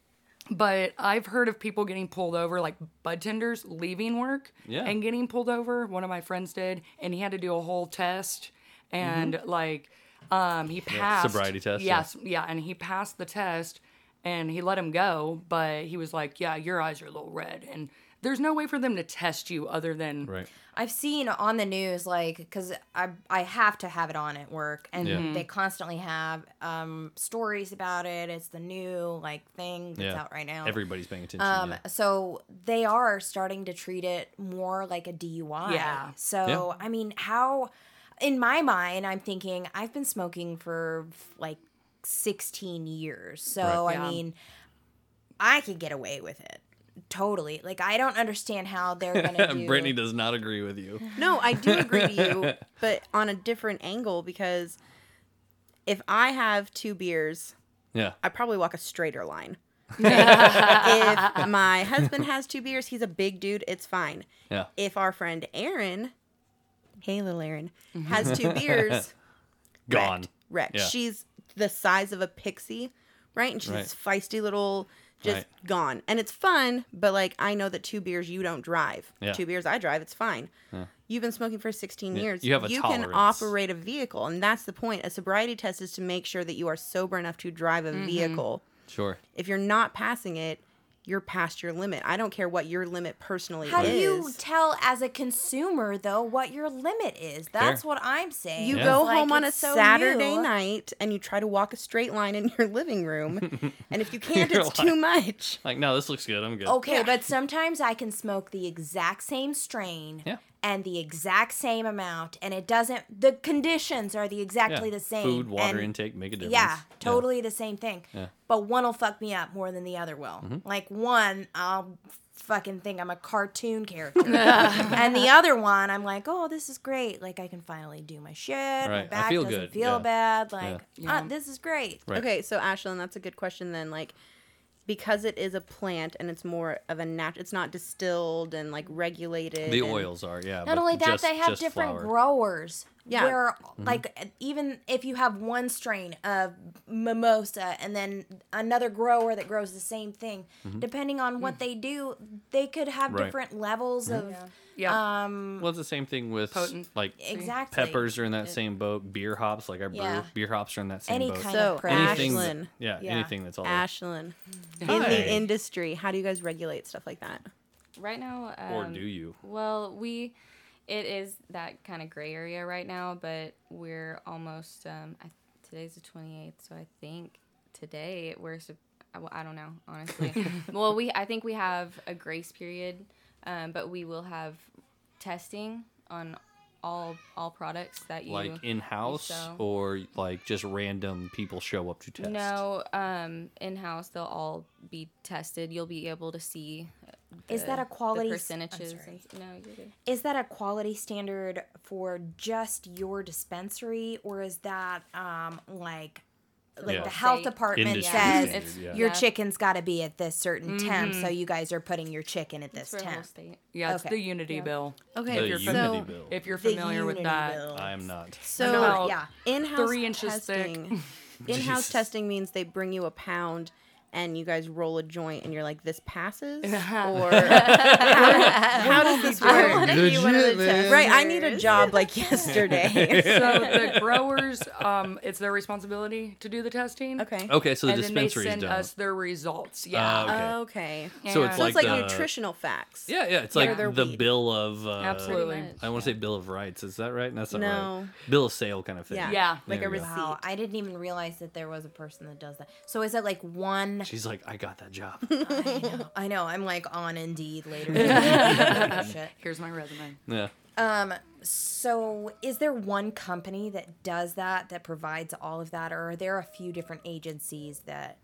but I've heard of people getting pulled over, like bud tenders leaving work Yeah. and getting pulled over. One of my friends did, and he had to do a whole test, and like, um, he passed Mm-hmm. sobriety test, yeah. Yes, yeah, and he passed the test, and he let him go, but he was like, "Yeah, your eyes are a little red," and there's no way for them to test you other than right. I've seen on the news like because I I have to have it on at work, and Yeah. they constantly have um, stories about it. It's the new like thing that's Yeah. out right now. Everybody's paying attention. Um, yeah. so they are starting to treat it more like a DUI. Yeah. So Yeah. I mean, how? In my mind, I'm thinking I've been smoking for like 16 years. So Right. I Yeah. mean, I could get away with it totally. Like I don't understand how they're (laughs) gonna do. Brittany does not agree with (laughs) you. No, I do agree (laughs) to you, but on a different angle because if I have two beers Yeah. I probably walk a straighter line. if my husband has two beers, he's a big dude, it's fine. Yeah. If our friend Aaron, hey little Aaron, has two beers, (laughs) Gone. wrecked. Yeah. She's the size of a pixie, right? And she's this feisty little, just Right. gone. And it's fun, but like I know that two beers you don't drive. Yeah. Two beers I drive, it's fine. You've been smoking for 16 Yeah, years. you have a can tolerance. operate a vehicle, and that's the point. A sobriety test is to make sure that you are sober enough to drive a vehicle. Sure. If you're not passing it, you're past your limit. I don't care what your limit personally How is. do you tell as a consumer though what your limit is? That's Fair. what I'm saying. You Yeah. go It's like, home on a it's so Saturday new. night and you try to walk a straight line in your living (laughs) room. and if you can't, You're it's too much. Like, no, this looks good. I'm good. Okay, but sometimes I can smoke the exact same strain Yeah. and the exact same amount, and it doesn't. The conditions are the Yeah. exactly the same. Food, water and- intake make a difference. Yeah, totally the same thing. Yeah. Mm-hmm. But one will fuck me up more than the other will. Like one, I'll fucking think I'm a cartoon (laughs) character, and the other one, I'm like, oh, this is great. Like I can finally do my shit. My Right, I back feel doesn't good, feel yeah. bad. Like Yeah. ah, this is great. Right. Okay, so Ashlyn, that's a good question then. Like, because it is a plant and it's more of a natural, it's not distilled and like regulated. The and- oils are, yeah. Not but only that, just- they have just different flour. Mm-hmm. growers. Yeah. Where like even if you have one strain of mimosa and then another grower that grows the same thing, depending on what they do, they could have Mm-hmm. Right. different levels of Yeah. um Well, it's the same thing with Potent. like exactly peppers are in that same boat. Beer hops, like our brew, Yeah. beer hops are in that same Any boat. kind So, Kind of anything, crabs. Ashlyn, yeah, Yeah. anything that's all. Ashlyn, in Hi. the industry, how do you guys regulate stuff like that? (laughs) Right now, um, or do you? Well, we it is that kind of gray area right now, but we're almost um I, today's the 28th, so I think today we're sup- I- well, I don't know, (laughs) honestly. well, we I think we have a grace period, um, but we will have testing on all all products that you Like in house so. or like just random people show up to test. no um in house they'll all be tested. You'll be able to see uh, Is that a quality the s- I'm percentages. sorry. and- no, you're good. Is that a quality standard for just your dispensary, or is that um, like like Yeah. the health State. department Industry says standard, It's- yeah. your yeah. chicken's got to be at this certain temp, so you guys are putting your chicken at this For a whole temp? state. Yeah, it's Okay. the Unity bill. The Okay, you're Unity so- bill. If you're The familiar with unity that. bill. I am not. so About Oh, yeah. in-house three inches thick. testing. in-house Jesus. testing means they bring you a pound and you guys roll a joint and you're like this passes or how does this I work want to be one of the testers. right i need a job like (laughs) (laughs) yesterday (laughs) (laughs) So the growers, um, it's their responsibility to do the testing. okay Okay, so the and then they dispensaries send don't. Uh, us their results. Yeah. okay. uh, okay So it's And- so it's like the- nutritional facts Yeah, yeah, it's Yeah. like Their the weed. bill of uh, Absolutely. I want to say bill of rights. Is that right? That's not No. right. Bill of sale kind of thing. yeah, Yeah. like There a we receipt go. Wow, I didn't even realize that there was a person that does that. So is it like one? She's like, I got that job. I know, (laughs) I know. I'm like on Indeed later. Shit. Here's my resume. yeah. Um, so is there one company that does that that provides all of that, or are there a few different agencies that?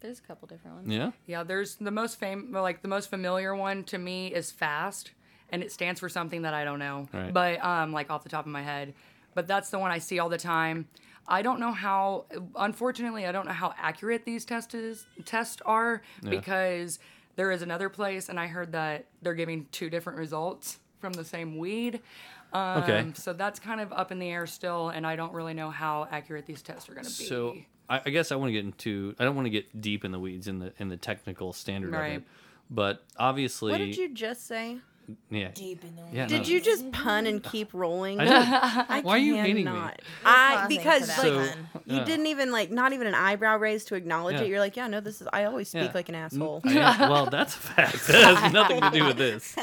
There's a couple different ones. Yeah. Yeah, there's the most fam well, like the most familiar one to me is fast, and it stands for something that I don't know, Right. but um, like off the top of my head, but that's the one I see all the time. I don't know how. Unfortunately, I don't know how accurate these tests is, tests are because there is another place, and I heard that they're giving two different results from the same weed. Um, Okay. So that's kind of up in the air still, and I don't really know how accurate these tests are going to be. So I, I guess I want to get into. I don't want to get deep in the weeds in the in the technical standard of Right. it, but obviously, what did you just say yeah, Deep in the yeah, no, did you just pun and keep rolling I did. Why are you hating cannot. me? i pausing for because that like So, Fun. you yeah. didn't even like not even an eyebrow raised to acknowledge Yeah. it you're like yeah no this is i always speak Yeah. like an asshole I am- well, that's a fact. (laughs) That has nothing to do with this.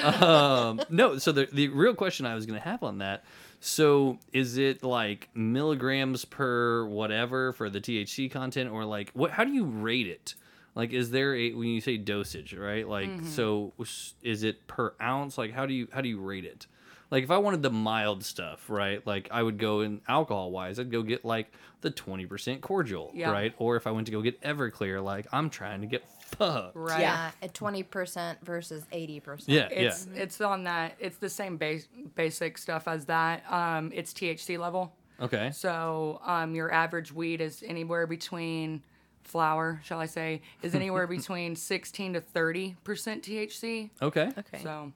Um, no, so the, the real question I was going to have on that so is it like milligrams per whatever for the THC content, or like what? how do you rate it? Like, is there a when you say dosage, right? Like, so s- is it per ounce? Like, how do you how do you rate it? Like, if I wanted the mild stuff, right? Like, I would go in alcohol wise, I'd go get like the twenty percent cordial, Yeah. right? Or if I went to go get Everclear, like I'm trying to get fucked. right. Yeah, at twenty percent versus eighty percent. Yeah, It's yeah. it's on that. It's the same base, basic stuff as that. Um, it's THC level. Okay. So um, your average weed is anywhere between flower, shall I say, (laughs) is anywhere between 16 to 30 percent THC. Okay. Okay. So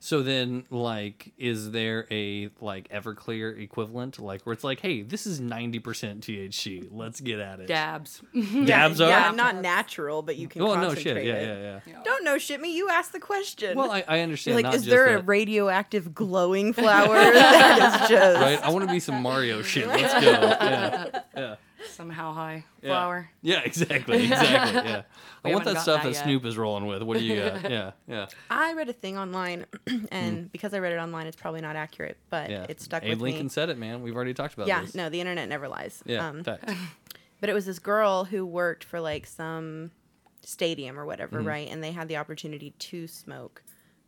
So then, like, is there a like Everclear equivalent, like where it's like, hey, this is ninety percent THC. Let's get at it. dabs. (laughs) (laughs) Dabs are. yeah, not natural, but you can. well, no concentrate shit. Yeah, it. yeah, yeah. Don't know shit me. You asked the question. Well, I, I understand. (laughs) like, not is just uh, there a that, (laughs) radioactive glowing flower that is just right? I want to be some (laughs) Mario shit. Let's go. Yeah. Yeah. Somehow high Yeah. flower. Yeah, (laughs) exactly, exactly. Yeah, I We want haven't that got stuff that that, yet. Snoop is rolling with. What do you (laughs) got? Yeah, yeah, I read a thing online, (clears throat) and because I read it online, it's probably not accurate, but Mm. yeah. it stuck Abe with Lincoln me. said it, man. We've already talked about Yeah, this. no, the internet never lies. Yeah, um, (laughs) fact. but it was this girl who worked for like some stadium or whatever, Mm-hmm. right? And they had the opportunity to smoke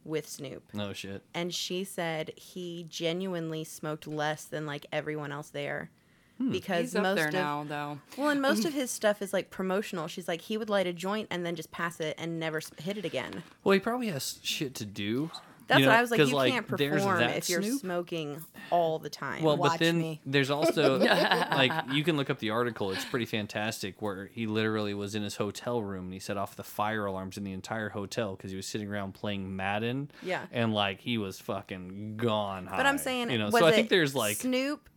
with Snoop. No shit. And she said he genuinely smoked less than like everyone else there. Hmm. Because He's up most there of now though. well, and (laughs) most of his stuff is like promotional. She's like he would light a joint and then just pass it and never s- hit it again. Well, he probably has shit to do. That's you know, what I was like. 'cause, You can't there's perform that if you're Snoop. smoking all the time. Well, but Watch then me. there's (laughs) also like you can look up the article. It's pretty fantastic where he literally was in his hotel room and he set off the fire alarms in the entire hotel because he was sitting around playing Madden. Yeah. and like he was fucking gone. but I'm saying, you know, was so I it think there's like Snoop,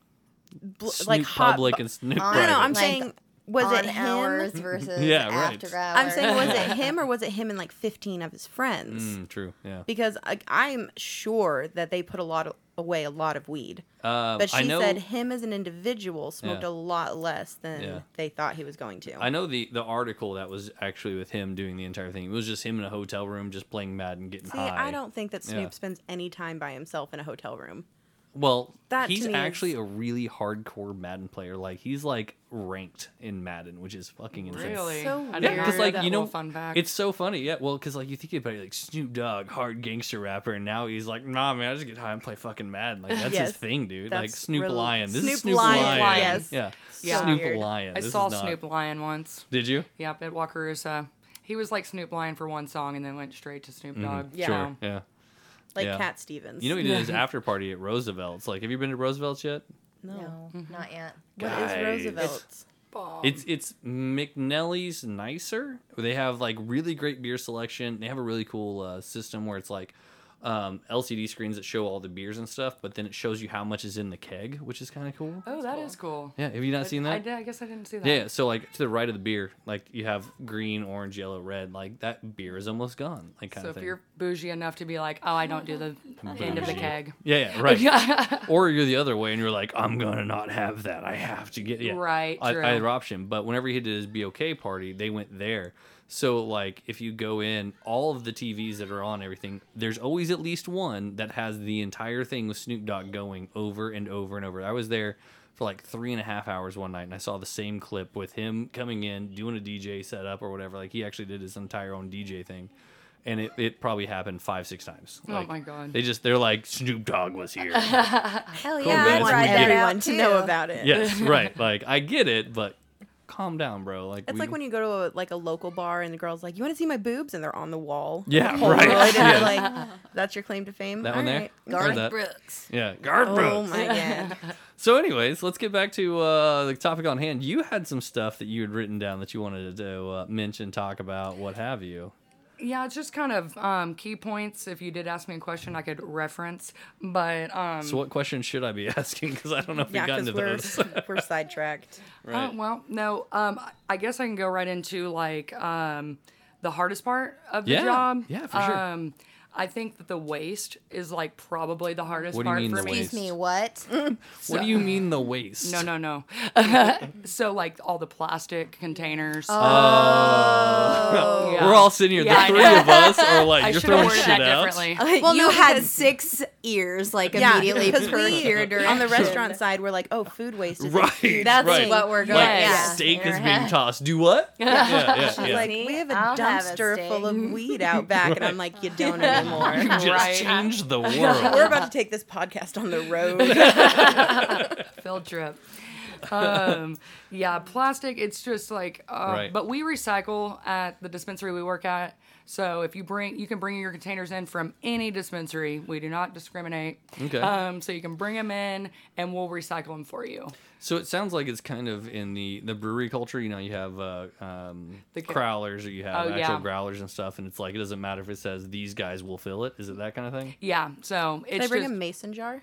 Snoop, bl- like hot Public bu- and Snoop. I No, Private. no, I'm Like, saying, was it on him? hours versus Yeah, right. after hours. I'm (laughs) saying, was it him or was it him and like 15 of his friends? Mm, true. Yeah. Because like, I'm sure that they put a lot of, away a lot of weed. Um, But I she know, said him as an individual smoked Yeah. a lot less than Yeah. they thought he was going to. I know the the article that was actually with him doing the entire thing. It was just him in a hotel room, just playing Madden, getting See, high. I don't think that Snoop Yeah. spends any time by himself in a hotel room. Well, That to he's me is- actually a really hardcore Madden player. Like he's like ranked in Madden, which is fucking insane. Really? so I didn't Yeah, weird. because hear like that you know, little fun fact. it's so funny. Yeah, well, because like you think about it, like Snoop Dogg, hard gangster rapper, and now he's like, nah, man, I just get high and play fucking Madden. Like that's Yes. his thing, dude. like That's Snoop really- Lion. This is Snoop Snoop Lion, Lion. yes. Yeah. So Snoop weird. Lion. I This saw is not- Snoop Lion once. Did you? Yep, at Wakarusa. He was like Snoop Lion for one song and then went straight to Snoop Dogg. Yeah. Mm-hmm. Sure. Yeah. Like Yeah. Cat Stevens. You know he did his after party at Roosevelt's. Like, have you been to Roosevelt's yet? No, not yet. What is Guys. Roosevelt's? Bomb. It's it's McNelly's nicer. They have like really great beer selection. They have a really cool uh, system where it's like um, LCD screens that show all the beers and stuff, but then it shows you how much is in the keg, which is kind of cool. oh, that is cool. Yeah, have you not seen that? I, did, I guess I didn't see that. Yeah, yeah, so like to the right of the beer, like you have green, orange, yellow, red. Like that beer is almost gone. Like kind of So if thing. you're bougie enough to be like, oh, I don't do the end of the Bougie. keg. Yeah, yeah, right. Yeah. (laughs) or you're the other way and you're like, I'm gonna not have that. I have to get yeah. Right, I, true. Either option. But whenever he did his BOK party, they went there. So like, if you go in, all of the TVs that are on everything, there's always at least one that has the entire thing with Snoop Dogg going over and over and over. I was there for like three and a half hours one night, and I saw the same clip with him coming in, doing a DJ setup or whatever. Like he actually did his entire own DJ thing. And it, it probably happened five, six times. Oh Like, my God. They just, they're like, Snoop Dogg was (laughs) here. Hell Cool, yeah, man. I That's want what we do. that everyone out to too. know about it. yes, right. Like I get it, but calm down, bro. Like It's we- like when you go to a, like a local bar and the girl's like, "You want to see my boobs?" and they're on the wall. (laughs) Yeah, Polaroid, right. and you're Yes. like, that's your claim to fame. that one All there. right. Or Garth that- Brooks. Yeah, guard Oh bro. my god. So, anyways, let's get back to uh, the topic on hand. You had some stuff that you had written down that you wanted to uh, mention, talk about, what have you. Yeah, it's just kind of um, key points. If you did ask me a question, I could reference. But um, So, what questions should I be (laughs) asking? Because I don't know if Yeah, we got because into we're those. (laughs) we're (laughs) sidetracked. (laughs) right. Uh, well, no. Um, I guess I can go right into like um, the hardest part of the Yeah, job. yeah, for sure. Um, I think that the waste is like probably the hardest What do you part mean for the me. waste? Excuse me, what? what do you mean the waste? No, no, no. (laughs) so like all the plastic containers. Oh, Yeah. we're all sitting here. Yeah, I the three know. of us are like, I you're should have throwing worded shit that out. differently. well, you no, had because- six ears like Yeah, (laughs) immediately because (laughs) per we- ear direction. On the restaurant side, we're like, "Oh, food waste." Is a Right. huge That's right. what we're going. Like, yeah. steak In is our being head. tossed. Do what? Yeah, yeah, yeah. Like See, we have a I'll have a dumpster full of steak. weed out back, and I'm like, "You (laughs) don't anymore." You just Right. changed the We're world. about to take this podcast on the road. field trip. um, yeah, plastic. It's just like, uh, Right. but we recycle at the dispensary we work at. So if you bring, you can bring your containers in from any dispensary. We do not discriminate. Okay. Um, so you can bring them in, and we'll recycle them for you. So it sounds like it's kind of in the the brewery culture. You know, you have uh, um, The ca- crowlers, or you have Oh, actual yeah. growlers and stuff, and it's like it doesn't matter if it says these guys will fill it. Is it that kind of thing? Yeah. So it's Did I bring just, a (laughs) mason jar?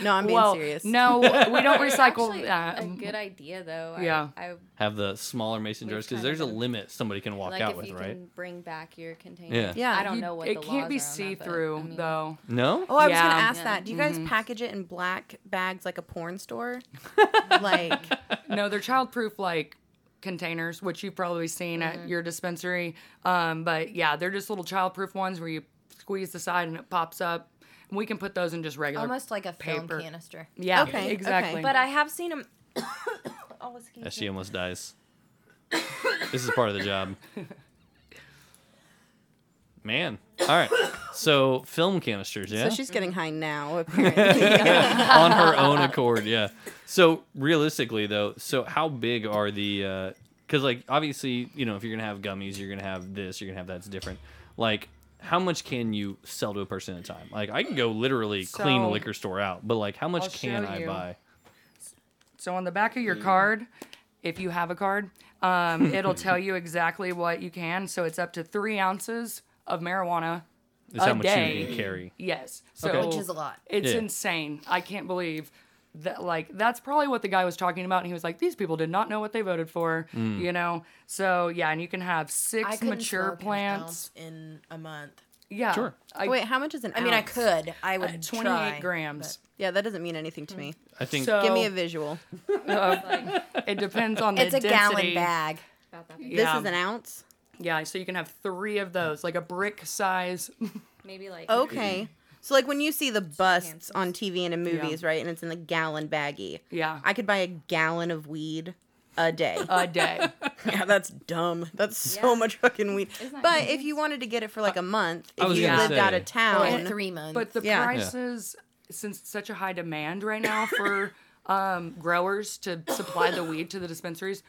no, I'm being (laughs) well, serious. No, we don't recycle Actually, that. a good idea though. um, Yeah. I, I Have the smaller mason jars because kind of there's a been- limit somebody can walk like out if with, you right? can bring back your container. Yeah. Yeah. I don't You- know what it the can't be laws are on see that, but, through I mean, though. No. Oh, I was Yeah. gonna ask Yeah. that. Do you Mm-hmm. guys package it in black bags like a (laughs) porn store? like, no, they're childproof like containers, which you've probably seen at your dispensary. Um, but yeah, they're just little childproof ones where you squeeze the side and it pops up. And we can put those in just regular. Almost like a film paper. canister. Yeah, Okay, okay. exactly. But I have seen them. (coughs) oh, excuse As she almost dies. this is part of the (laughs) job. Man. All right. So film canisters, yeah. so she's getting high now, apparently. on her (laughs) own accord. Yeah. So realistically, though, so how big are the? Because like obviously, you know, if you're gonna have gummies, you're gonna have this, you're gonna have that's different. Like, how much can you sell to a person at a time? Like, I can go literally clean a So- liquor store out, but like, how much I'll can show I you. buy? So on the back of your card, if you have a card, um, it'll tell you exactly what you can. So it's up to three ounces of marijuana. Is a how much day. you can carry. Yes. So Okay. Which is a lot. It's Yeah. insane. I can't believe that. Like that's probably what the guy was talking about, and he was like, "These people did not know what they voted for." Mm. You know. So yeah, and you can have I six couldn't mature smoke an plants. ounce in a month. Yeah. Sure. I, Wait, how much is an I mean, I ounce? could. Uh, I would Twenty-eight try, grams. Yeah, that doesn't mean anything to me. I think. So Give me a visual. it depends (laughs) on but It's the a density. gallon bag. About that big. This Yeah. is an ounce. Yeah, so you can have three of those, like a brick size. Maybe like Okay. So like when you see the busts on TV and in movies, right, and it's in the gallon baggie. Yeah. I could buy a gallon of weed a day. a day. yeah, that's dumb. That's so Yeah. much fucking weed. Isn't that But crazy? if you wanted to get it for like a month, if was you gonna lived out say. of town, Or three months. But the Yeah. Yeah. prices, since such a high demand (laughs) right now for um, growers to supply the weed to the dispensaries,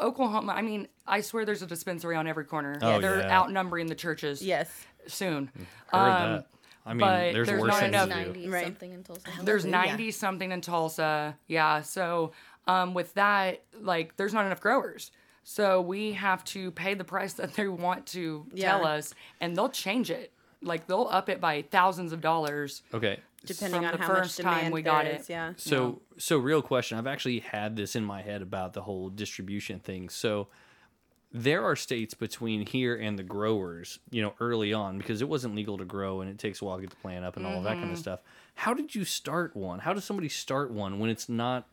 Oklahoma. I mean, I swear there's a dispensary on every corner. Oh, They're yeah. Mm. outnumbering the churches. yes, soon. heard Um, that. I mean, but there's, there's worse not things enough- to do. ninety Right. something in Tulsa. There's 90 something in Tulsa. Yeah. So um, with that, like, there's not enough growers. So we have to pay the price that they want to tell Yeah. us, and they'll change it. Like they'll up it by thousands of dollars. Okay. depending from on the how first much time demand we there got is, it. Yeah. So, so real question. I've actually had this in my head about the whole distribution thing. So, there are states between here and the growers, you know, early on because it wasn't legal to grow and it takes a while to get the plant up and all of that Mm-hmm. kind of stuff. How did you start one? How does somebody start one when it's not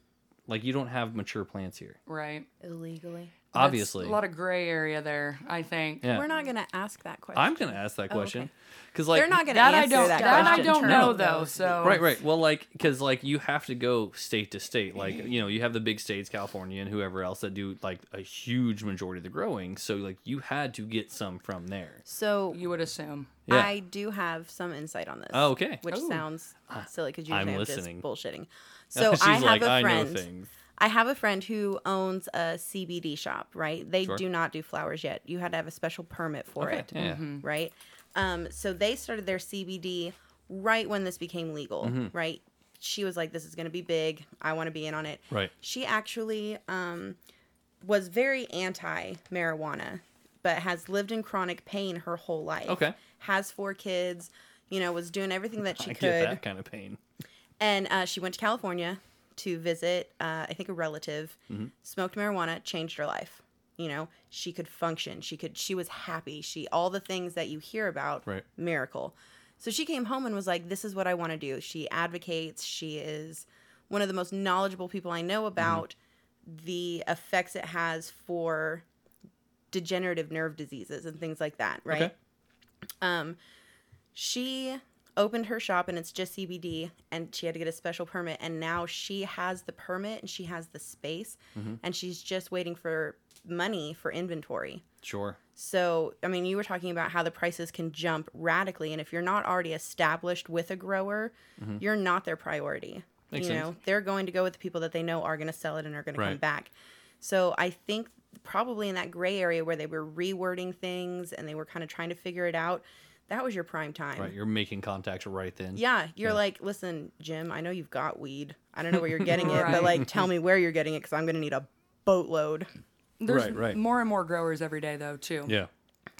like you don't have mature plants here? Right. illegally. That's Obviously. a lot of gray area there. I think. Yeah. We're not gonna ask that question. I'm going to ask that question because like They're not gonna That I answer don't. that. That, I question. don't know Turn. though. So Right, right. Well, like, because like you have to go state to state. Like, you know, you have the big states, California and whoever else that do like a huge majority of the growing. So like you had to get some from there. So You would assume. Yeah. I do have some insight on this. Oh, okay. Uh, Which sounds silly because I'm usually I'm, just listening. bullshitting. (laughs) So She's I have like, a "I know friend. things." I have a friend who owns a CBD shop. Right? They Sure. do not do flowers yet. You had to have a special permit for Okay, it. yeah. Right? Um, so they started their CBD right when this became legal. Mm-hmm. Right? She was like, "This is going to be big. I want to be in on it." Right. She actually um, was very anti marijuana, but has lived in chronic pain her whole life. Okay. Has four kids, you know, was doing everything that she I get could. that kind of pain. And uh, she went to California to visit, uh, I think, a relative, Mm-hmm. smoked marijuana, changed her life. You know, she could function. She could, she was happy. She, all the things that you hear about, Right. miracle. So she came home and was like, this is what I want to do. She advocates. She is one of the most knowledgeable people I know Mm-hmm. about the effects it has for degenerative nerve diseases and things like that, right? Okay. she opened her shop and it's just CBD and she had to get a special permit and now she has the permit and she has the space Mm-hmm. and she's just waiting for money for inventory. Sure. So, I mean, you were talking about how the prices can jump radically and if you're not already established with a grower, you're not their priority. Mm-hmm. Makes you sense. know, they're going to go with the people that they know are going to sell it and are going to come Right. back. So, I think probably in that gray area where they were rewording things and they were kind of trying to figure it out. That was your prime time. Right, you're making contacts right then. Yeah, you're like, listen, Jim, I know you've got weed. I don't know (laughs) where you're getting it, but Right. like, tell me where you're getting it because I'm gonna need a boatload. There's Right, right. more and more growers every day though too. Yeah.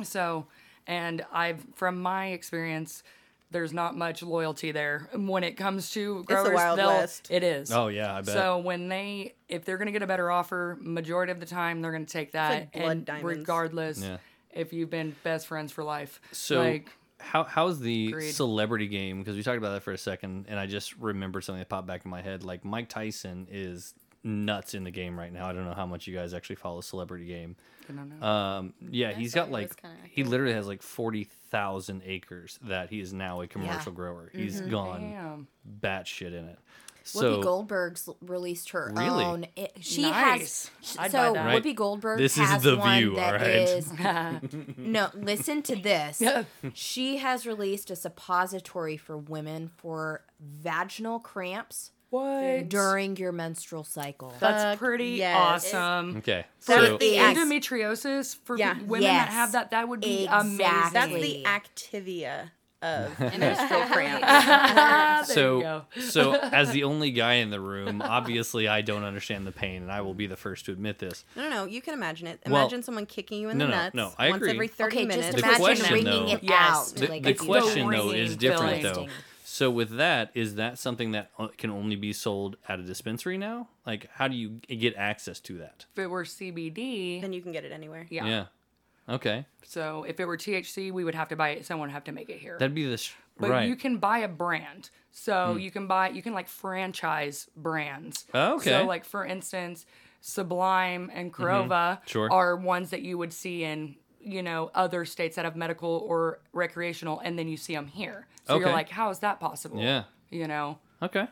So, and I've from my experience, there's not much loyalty there when it comes to growers. Wild they'll- West. It is. Oh yeah, I bet. So when they, if they're gonna get a better offer, majority of the time they're gonna take that, like blood and diamonds. regardless, Yeah. if you've been best friends for life. So like, how how's the Agreed. celebrity game? Because we talked about that for a second, and I just remembered something that popped back in my head. Like Mike Tyson is nuts in the game right now. I don't know how much you guys actually follow celebrity game. I don't know. Um, yeah, he's thought got he like was kinda he literally has like forty thousand acres that he is now a commercial grower. He's gone Mm-hmm. Damn. batshit in it. Whoopi So Goldberg's l- releashed her Really? own. It, she Nice. has. sh- I'd buy so that. Right. Whoopi Goldberg This is has The one View, that alright? is- (laughs) no, listen to this. she has released a suppository for women for vaginal cramps What? during your menstrual cycle. That's pretty yes. awesome. okay, That's so the act- Endometriosis for pe- Yeah. women that Yes. have that, that would be amazing. Exactly. That's the Activia (laughs) of And I menstrual cramp. (laughs) Ah, there you so go. so as (laughs) the only guy in the room, obviously I don't understand the pain, and I will be the first to admit this. No, no, no, you can imagine it. Well, Imagine someone kicking you in no, the no, nuts no, I once agree. every 30 okay, minutes. just The imagine question, wringing though- it Yes. out. The, like the if you- question the though is ringing different though. feeling. So with that, is that something that o- can only be sold at a dispensary now? Like, how do you g- get access to that? If it were CBD, Then you can get it anywhere. yeah. Yeah. Okay, So if it were THC, we would have to buy it. Someone would have to make it here. that'd be this. but right. Hmm. you can buy a brand. So you can buy, you can like franchise brands. Oh, okay. Mm-hmm. So like for instance, Sublime and Corova Sure. are ones that you would see in, you know, other states that have medical or recreational, and then you see them here. So Okay. you're like, how is that possible? Yeah. You know, Okay.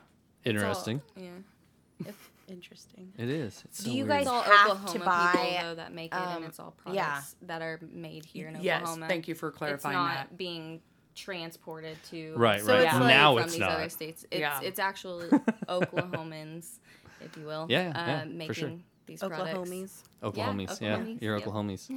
It's all- Interesting. yeah. It's interesting. It is. It's so Do you weird. guys It's all have Oklahoma to buy? people though that make it, um, and it's all products yeah. that are made here in Yes, Oklahoma. thank you for clarifying It's not that. being transported to Right, right. it's Oklahoma Now from it's these not. other states. It's Yeah. it's (laughs) actual Oklahomans, if you will. Yeah, uh, yeah, making for sure. these products. Oklahomies. Oklahomies. Yeah, Oklahomies, you're yep. Oklahomies.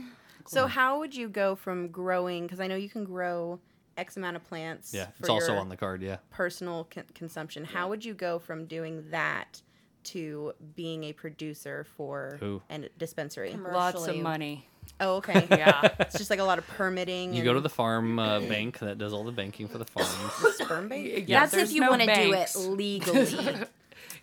So how would you go from growing? Because I know you can grow X amount of plants. Yeah, it's for also your on the card. Yeah. personal con- consumption. How would you go from doing that to being a producer for Ooh. a dispensary? lots of Commercially. money. Oh, okay. (laughs) Yeah. It's just like a lot of permitting. You go to the farm uh, bank that does all the banking for the farms. (laughs) sperm bank. Yeah, That's if there's you no want to do it banks. (laughs) legally.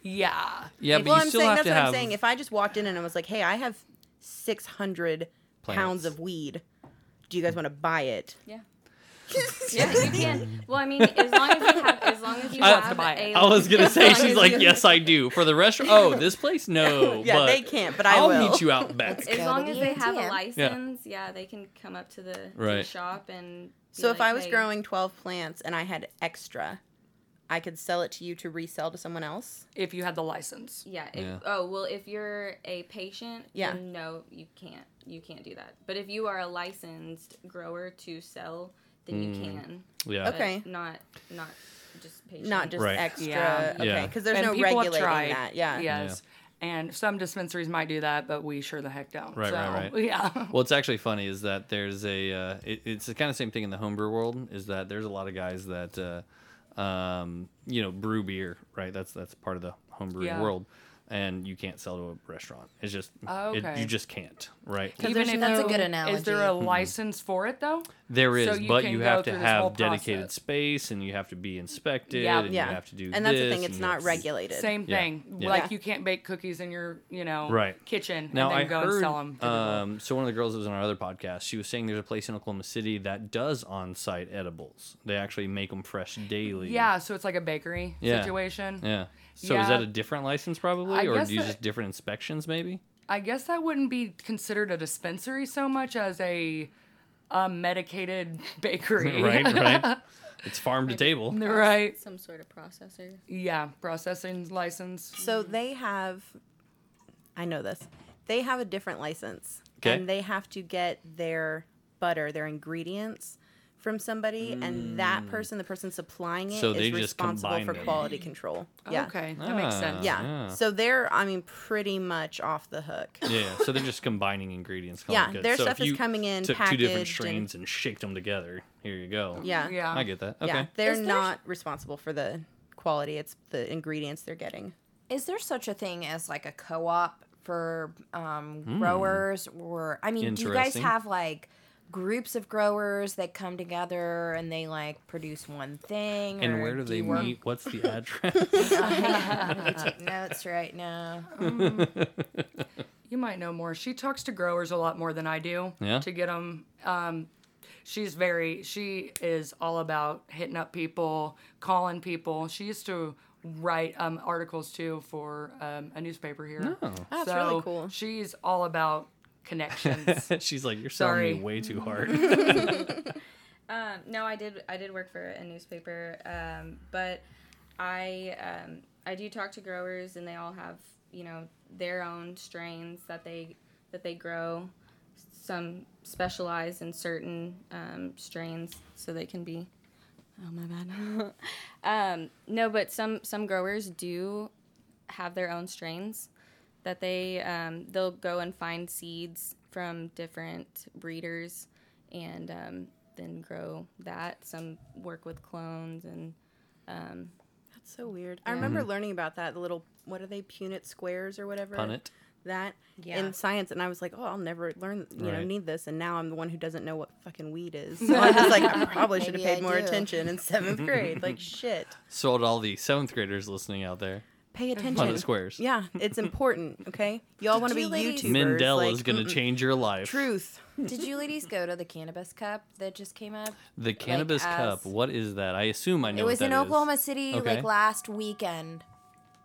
Yeah. yeah, but well, you I'm still saying have that's to what have. I'm saying. If I just walked in and I was like, "Hey, I have 600 Plants. pounds of weed. Do you guys want to buy it?" (laughs) Yeah. yeah, you can. Well, I mean, as long as you have, as long as you I- have to buy a, it. (laughs) I was gonna as say, long she's as like, you- yes, I do. For the restaurant, oh, this place, no. Yeah, but they can't, but I I'll will. meet you out back. As go long to as the they have a ATM. license, yeah, they can come up to the, to the Right. shop and. be So if like, I was "Hey, growing 12 plants and I had extra, I could sell it to you to resell to someone else. If you had the license. Yeah. If, Yeah. Oh well, if you're a patient, Yeah. then no, you can't. You can't do that. But if you are a licensed grower to sell, then you Hmm. can. Yeah. But Okay. Not not just patient. Not just Right. extra. Yeah. Yeah. Okay. Because there's and no people have regulating tried. that. Yeah. Yes. And some dispensaries might do that, but we sure the heck don't. Right, so, right, right. (laughs) Yeah. Well, it's actually funny is that there's a uh, it, it's the kind of same thing in the homebrew world is that there's a lot of guys that uh, um, you know brew beer right that's that's part of the homebrewing Yeah. world and you can't sell to a restaurant it's just Oh, it, okay. you just can't right there's- that's a good Is there a analogy. Mm-hmm. license for it though? there so is you but can you go have to through this whole have dedicated process. space and you have to be inspected Yeah. and Yeah. you have to do and that's the this, thing. and It's you not have to- regulated. Same Yeah. thing. Yeah. Like Yeah. you can't bake cookies in your, you know, Right. kitchen Now and then I go heard, and sell them. Um, so one of the girls that was on our other podcast, she was saying there's a place in Oklahoma City that does on-site edibles. They actually make them fresh daily. yeah, so it's like a bakery Yeah. situation. Yeah. So is Yeah. that a different license probably, I or guess do you that- just different inspections maybe? I guess that wouldn't be considered a dispensary so much as a a medicated (laughs) bakery. right, right. It's farm to table. (laughs) right. some sort of processor. Yeah, processing license. So they have, I know this, they have a different license. Okay. And they have to get their butter, their ingredients from somebody, and that person, the person supplying it, Mm. So is they just responsible combine for them. quality control. Yeah. Oh, Okay, that makes Ah. sense. Yeah. Yeah. So they're, I mean, pretty much off (coughs) the hook. Yeah, so they're just combining ingredients. calling Yeah, it good. their so if stuff is you coming in Took two different packaged and- strains and, shaked them together. Here you go. Yeah. Yeah. I get that. Okay. Yeah. They're Is there- not responsible for the quality, it's the ingredients they're getting. Is there such a thing as like a co-op for um, growers or I mean, do you guys Hmm. Interesting. have like groups of growers that come together and they like produce one thing? and or where do they you work- (laughs) meet? What's (laughs) the address? I take notes right (laughs) now. You might know more. She talks to growers a lot more than I do Yeah? to get them. Um, she's very, she is all about hitting up people, calling people. She used to write um, articles too for um, a newspaper here. Oh, that's really cool. She's all about (laughs) connections. She's like, you're selling Sorry. me way too hard. Um, no, I did. I did work for a newspaper, um, but I um, I do talk to growers, and they all have you know their own strains that they that they grow. Some specialize in certain um, strains, so they can be. Oh my bad. (laughs) um, no, but some some growers do have their own strains that they um, they'll go and find seeds from different breeders and um, then grow that. Some work with clones and That's Mm. so weird. I remember Mm-hmm. learning about that, the little, what are they, Punnett squares or whatever? Punnett. That Yeah. in science, and I was like, "Oh, I'll never learn, you know, Right. need this." And now I'm the one who doesn't know what fucking (laughs) weed is. So I'm just like, I probably should have Maybe I paid more do. attention (laughs) in seventh grade. Like, shit, Sold all the seventh graders listening out there. pay attention. Punnett squares. Yeah, (laughs) it's important. Okay, y'all want to be you ladies- YouTubers. Mandela like, is going to mm-mm. change your life. Truth. Did you ladies go to the cannabis cup that just came up? The cannabis us. cup. What is that? I assume I know. It what was that in is. Oklahoma City Okay. like last weekend.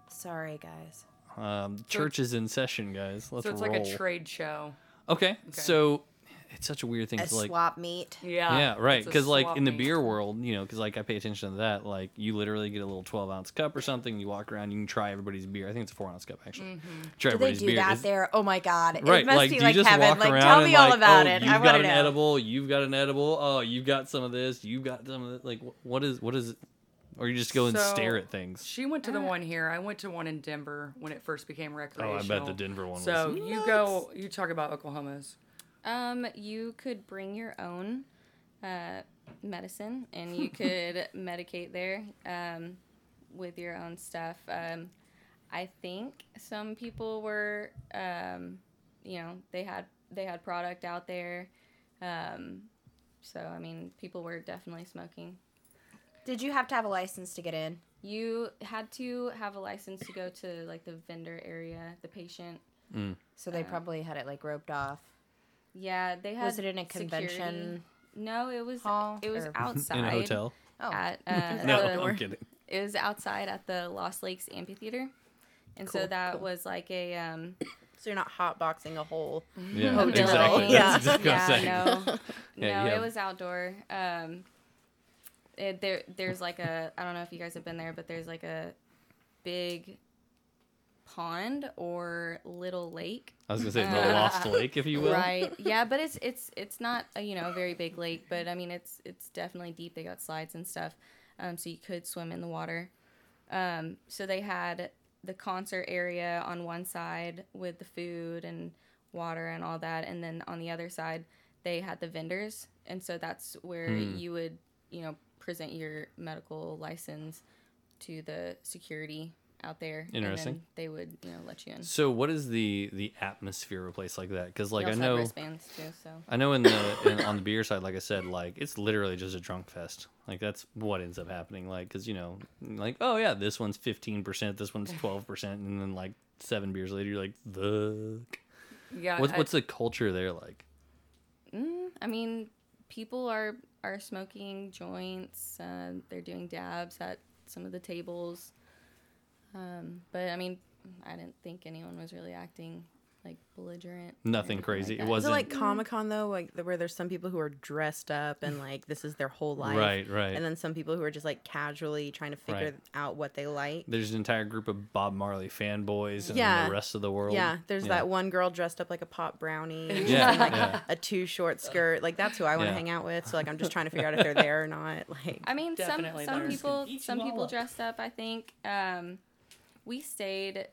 Sorry, guys. Um, church is in session, guys. Let's so it's roll. like a trade show. Okay. So it's such a weird thing. A 'cause, like, swap meet. Yeah. yeah, right. it's a Because like swap in the meet. beer world, you know, because like I pay attention to that. Like you literally get a little twelve ounce cup or something. You walk around, you can try everybody's beer. I think it's a four ounce cup actually. Try Do they everybody's do beer. that It's- there? Oh my god. Right, It must like be do you like just heaven. walk Like around tell and me all like, about oh, it. You've I got want an to know. edible. You've got an edible. Oh, you've got some of this. You've got some of it. Like wh- what is what is it? Or you just go and So- stare at things. She went to the one here. I went to one in Denver when it first became Oh, recreational. Denver one was So you go. You talk about Oklahoma's. um, you could bring your own uh, medicine and you could medicate there um, with your own stuff. Um, I think some people were, um, you know, they had they had product out there. Um, so I mean, people were definitely smoking. Did you have to have a license to get in? You had to have a license to go to like the vendor area, the patient. So they probably had it like roped off. Yeah, they had. Was it in a security. convention? No, it was hall it was or- (laughs) (laughs) outside in a hotel. Oh. At, (laughs) uh, No, the- (laughs) I'm kidding. it was outside at the Lost Lakes Amphitheater, and so Cool, that cool. was like a um. So you're not hotboxing a whole. Yeah, Hotel. exactly. (laughs) That's Yeah. exactly what I'm saying. yeah, (laughs) no, Yeah, no, you it have- was outdoor. Um, it, there, there's like a I don't know if you guys have been there, but there's like a big pond or little lake I was gonna say (laughs) the Lost Lake, if you will. Right. Yeah, but it's it's it's not a, you know a very big lake, but I mean it's it's definitely deep. They got slides and stuff, um, so you could swim in the water. Um, so they had the concert area on one side with the food and water and all that, and then on the other side they had the vendors, and so that's where Hmm. you would you know present your medical license to the security out there. And then Interesting. they would you know let you in. So what is the the atmosphere of a place like that? Because like they I also had know wristbands too, so. I know in the in, on the beer side, like I said, like it's literally just a drunk fest. Like that's what ends up happening. Like because you know, like oh yeah, this one's fifteen percent, this one's twelve percent, and then like seven beers later, you're like the. Yeah. What's I- what's the culture there like? I mean, people are are smoking joints. Uh, they're doing dabs at some of the tables. Um, but I mean, I didn't think anyone was really acting like belligerent. or Nothing anything crazy. It that. Is it wasn't- Mm-hmm. like Comic Con though, like the- where there's some people who are dressed up and like this is their whole life, Right, right. And then some people who are just like casually trying to figure Right. out what they like. There's an entire group of Bob Marley fanboys and Yeah. the rest of the world. Yeah, there's Yeah. that one girl dressed up like a pop (laughs) brownie, and Yeah, like yeah. a too short skirt. Like that's who I want to Yeah. hang out with. So like I'm just trying to figure out if (laughs) they're there or not. Like I mean, some Definitely some there's- people Eat you some all people up. dressed up. I think um, we stayed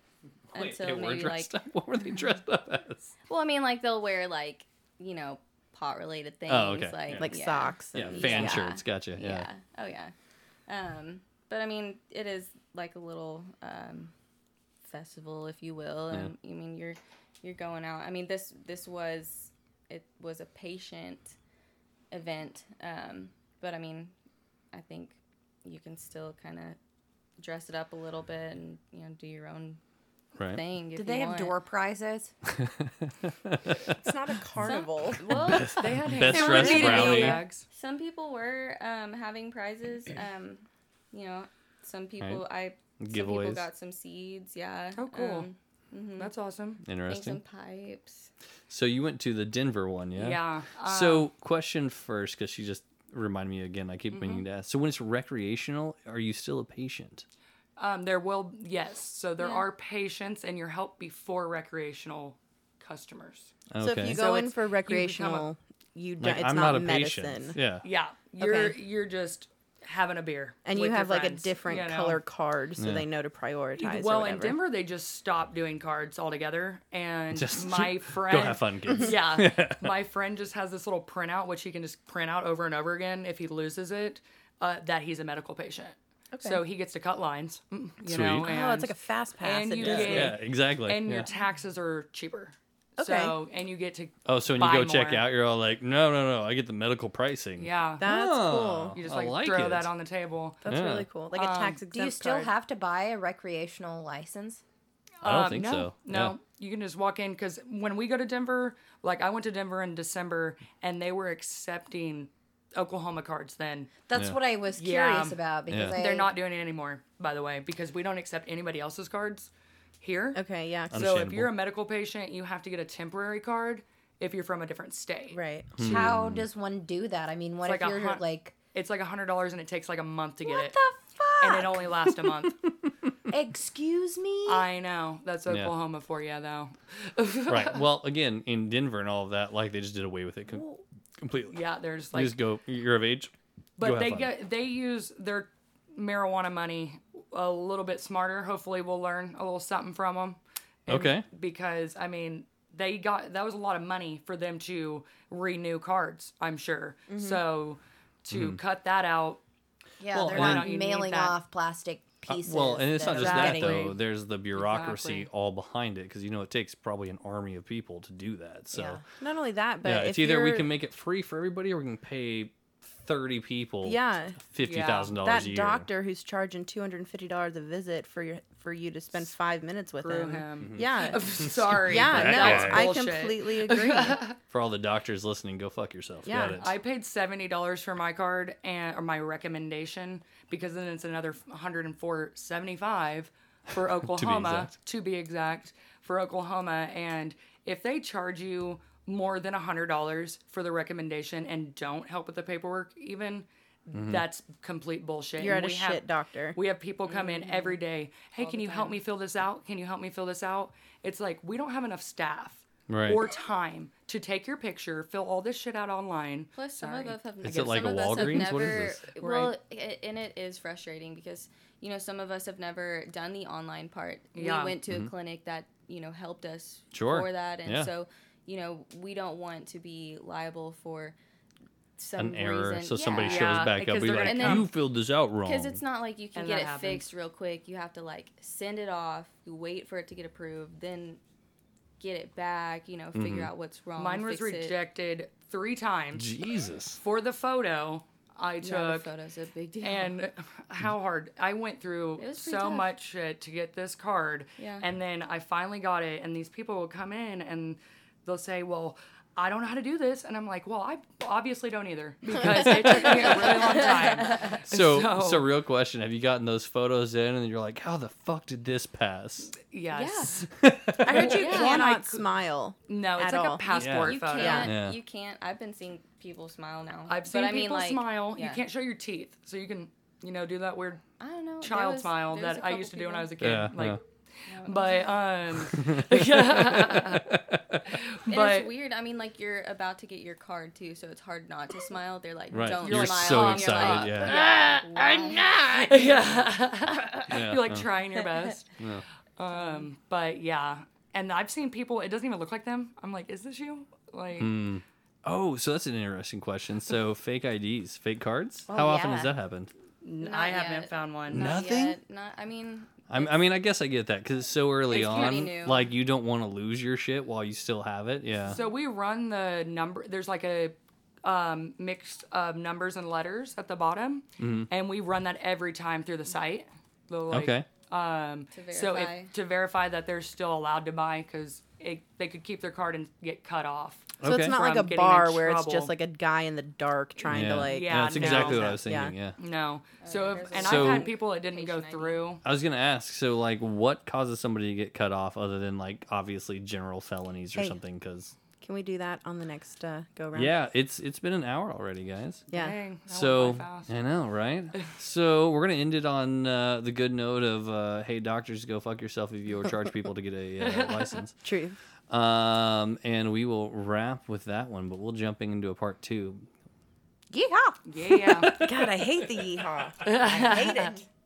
Wait, until they were maybe like dressed up. (laughs) What were they dressed up as? well, I mean, like they'll wear like you know pot related things Oh, okay, like yeah. like yeah. socks. Yeah, and- fan Yeah. shirts. Gotcha. Yeah. Yeah. Oh yeah. Um, but I mean, it is like a little um, festival, if you will. And I mean, you're you're going out. I mean, this this was it was a patient event. Um, but I mean, I think you can still kind of dress it up a little bit and you know do your own Right. thing. if Did you they have want. door (laughs) prizes? (laughs) It's not a carnival. Well, They had Best hand- dressed they were brownie. bags. some people were um, (clears throat) having prizes. Um, you know, some people I some people Giveaways. got some seeds. Yeah. Oh, cool. Um, Mm-hmm. That's awesome. and some Interesting. pipes. So you went to the Denver one, yeah? Yeah. Um, so question first, because she just reminded me again. I keep Mm-hmm. meaning to ask. So when it's recreational, are you still a patient? Um, there will yes. So there Yeah. are patients and your help before recreational customers. Okay. So if you go So in it's- for you become a- recreational, you, don't, like it's I'm not, not, a medicine. patient. Yeah. Yeah. You're Okay. you're just having a beer. And with you your have like a friends, different you know? color card, so Yeah. they know to prioritize. or Well, in whatever. Denver, they just stopped doing cards altogether, and Just (laughs) my friend. Go have fun, kids. (laughs) (laughs) Yeah, my friend just has this little printout which he can just print out over and over again if he loses it. Uh, that he's a medical patient, Okay. so he gets to cut lines. mm, You Sweet. know, Oh, and, Oh, it's like a fast pass. and at you Disney. get- yeah, exactly. and yeah. your taxes are cheaper. Okay. So and you get to oh, so when you buy go check more. out, you're all like, no, no, no, I get the medical pricing. yeah. That's Oh, cool. you just I like, throw it. that on the table. That's Yeah. really cool. Like a tax exempt Do you still card. have to buy a recreational license? I don't Um, think no, so. No, Yeah. you can just walk in because when we go to Denver, like I went to Denver in December, and they were accepting Oklahoma cards. Then That's Yeah. what I was Yeah. curious about because Yeah. I, they're not doing it anymore, by the way, because we don't accept anybody else's cards here. Okay, yeah. So if Understandable. you're a medical patient, you have to get a temporary card if you're from a different state. Right. Hmm. How does one do that? I mean, what It's if like a you're hun- like It's like a hundred dollars, and it takes like a month to get what it, the fuck? and it only lasts a month. Excuse me. I know that's Yeah. Oklahoma for you, though. (laughs) right. Well, again, in Denver and all of that, like they just did away with it com- completely. Yeah, there's you like just go. You're of age. go but have they fun. get they use their marijuana money a little bit smarter. Hopefully, we'll learn a little something from them. Okay. Because I mean, they got that was a lot of money for them to renew cards. I'm sure. Mm-hmm. So to Mm-hmm. cut that out, yeah, Well, they're why not don't you need mailing that? off plastic Uh, pieces. well, and it's not that just are that getting- though. There's the bureaucracy Exactly. all behind it because you know it takes probably an army of people to do that. So yeah, Yeah. Not only that, but if it's either we you're- can make it free for everybody or we can pay thirty people. Yeah. Fifty thousand dollars that a year. doctor who's charging two hundred and fifty dollars a visit for your for you to spend five minutes with screw him. him. Yeah. (laughs) Mm-hmm. Sorry. yeah, Hmm. That no, guy. I (laughs) Bullshit. completely agree. For all the doctors listening, go fuck yourself. Yeah. Got it. I paid seventy dollars for my card and or my recommendation because then it's another one hundred and four seventy five (laughs) for Oklahoma exact. to be exact for Oklahoma. And if they charge you more than hundred dollars for the recommendation and don't help with the paperwork, even Mm-hmm. that's complete bullshit. You're at a And we shit doctor. we have people come in every Mm. day. Hey, can you help me fill this out? Can you help me fill this out? It's like we don't have enough staff Right. or time to take your picture, fill all this shit out online. Plus, some Sorry. of us have. Is it like some of us have Walgreens? What is never- this? Well, Right. i- and it is frustrating because you know some of us have never done the online part. Yeah. We went to a clinic that you know helped us Mm-hmm. Sure. for that, and Yeah. so you know we don't want to be liable for some An error. reason. So somebody Yeah. shows Yeah, back up. because Be they're like, gonna come- you filled this out wrong. Because it's not like you can And get that it happens. fixed real quick. You have to like send it off, you wait for it to get approved, then get it back. You know, figure Mm-hmm. out what's wrong. Mine was fix it. rejected three times (laughs) Jesus. for the photo I took. Yeah, the photos a big deal. and how hard I went through was so pretty tough. much shit to get this card. Yeah. And then I finally got it, and these people will come in and they'll say, Well, I don't know how to do this. And I'm like, well, I obviously don't (laughs) either because it took me a really long time. So, so, So- real question: Have you gotten those photos in, and you're like, "How the fuck did this pass?" Yes. I heard you Yeah. cannot I c- smile. No, it's At like all. a passport You photo. can't. Yeah. You can't. I've been seeing people smile now. I've But seen I mean, people like, smile. You yeah. can't show your teeth, so you can, you know, do that weird I don't know. there child was- smile there was that a I couple used to do when people- I was a kid. Yeah, like, Yeah. (laughs) but um, (laughs) yeah. And but (laughs) it's weird. I mean, like you're about to get your card too, so it's hard not to smile. They're like, Right. don't You're smile. so And you're like, excited. yeah. I'm not. yeah. Yeah, You're like yeah. trying your best. (laughs) Yeah. Um, but yeah, and I've seen people. It doesn't even look like them. I'm like, is this you? Like, Oh, so that's an interesting question. So fake IDs, fake cards. How often has yeah. that happened? n- Not I haven't yet. found one. No. Not Nothing? yet. Not. I mean, I'm, I mean, I guess I get that because it's so early It's pretty on. new. Like you don't want to lose your shit while you still have it. Yeah. So we run the number. There's like a um, mix of numbers and letters at the bottom, Mm-hmm. and we run that every time through the site. The, like, okay. Um, To so verify. if, to verify that they're still allowed to buy, because they could keep their card and get cut off. So Okay. it's not From like a getting in bar where it's just trouble. like a guy in the dark trying yeah. to like. Yeah, that's exactly no. what I was thinking. Yeah. No. So if, Oh, there's a and So- I've had people that didn't go Patient ID. through. I was gonna ask. So like, what causes somebody to get cut off other than like obviously general felonies or Hey. something? Because Can we do that on the next uh, go round? yeah, it's it's been an hour already, guys. Yeah. Dang, that went So (laughs) by fast. I know, (laughs) right? so we're gonna end it on uh, the good note of uh, hey, doctors, go fuck yourself if you charge people to get a (laughs) uh, license. True. Um, and we will wrap with that one, but we'll jump into a part two Yeehaw! (laughs) yeah. God, I hate the yeehaw. I hate it.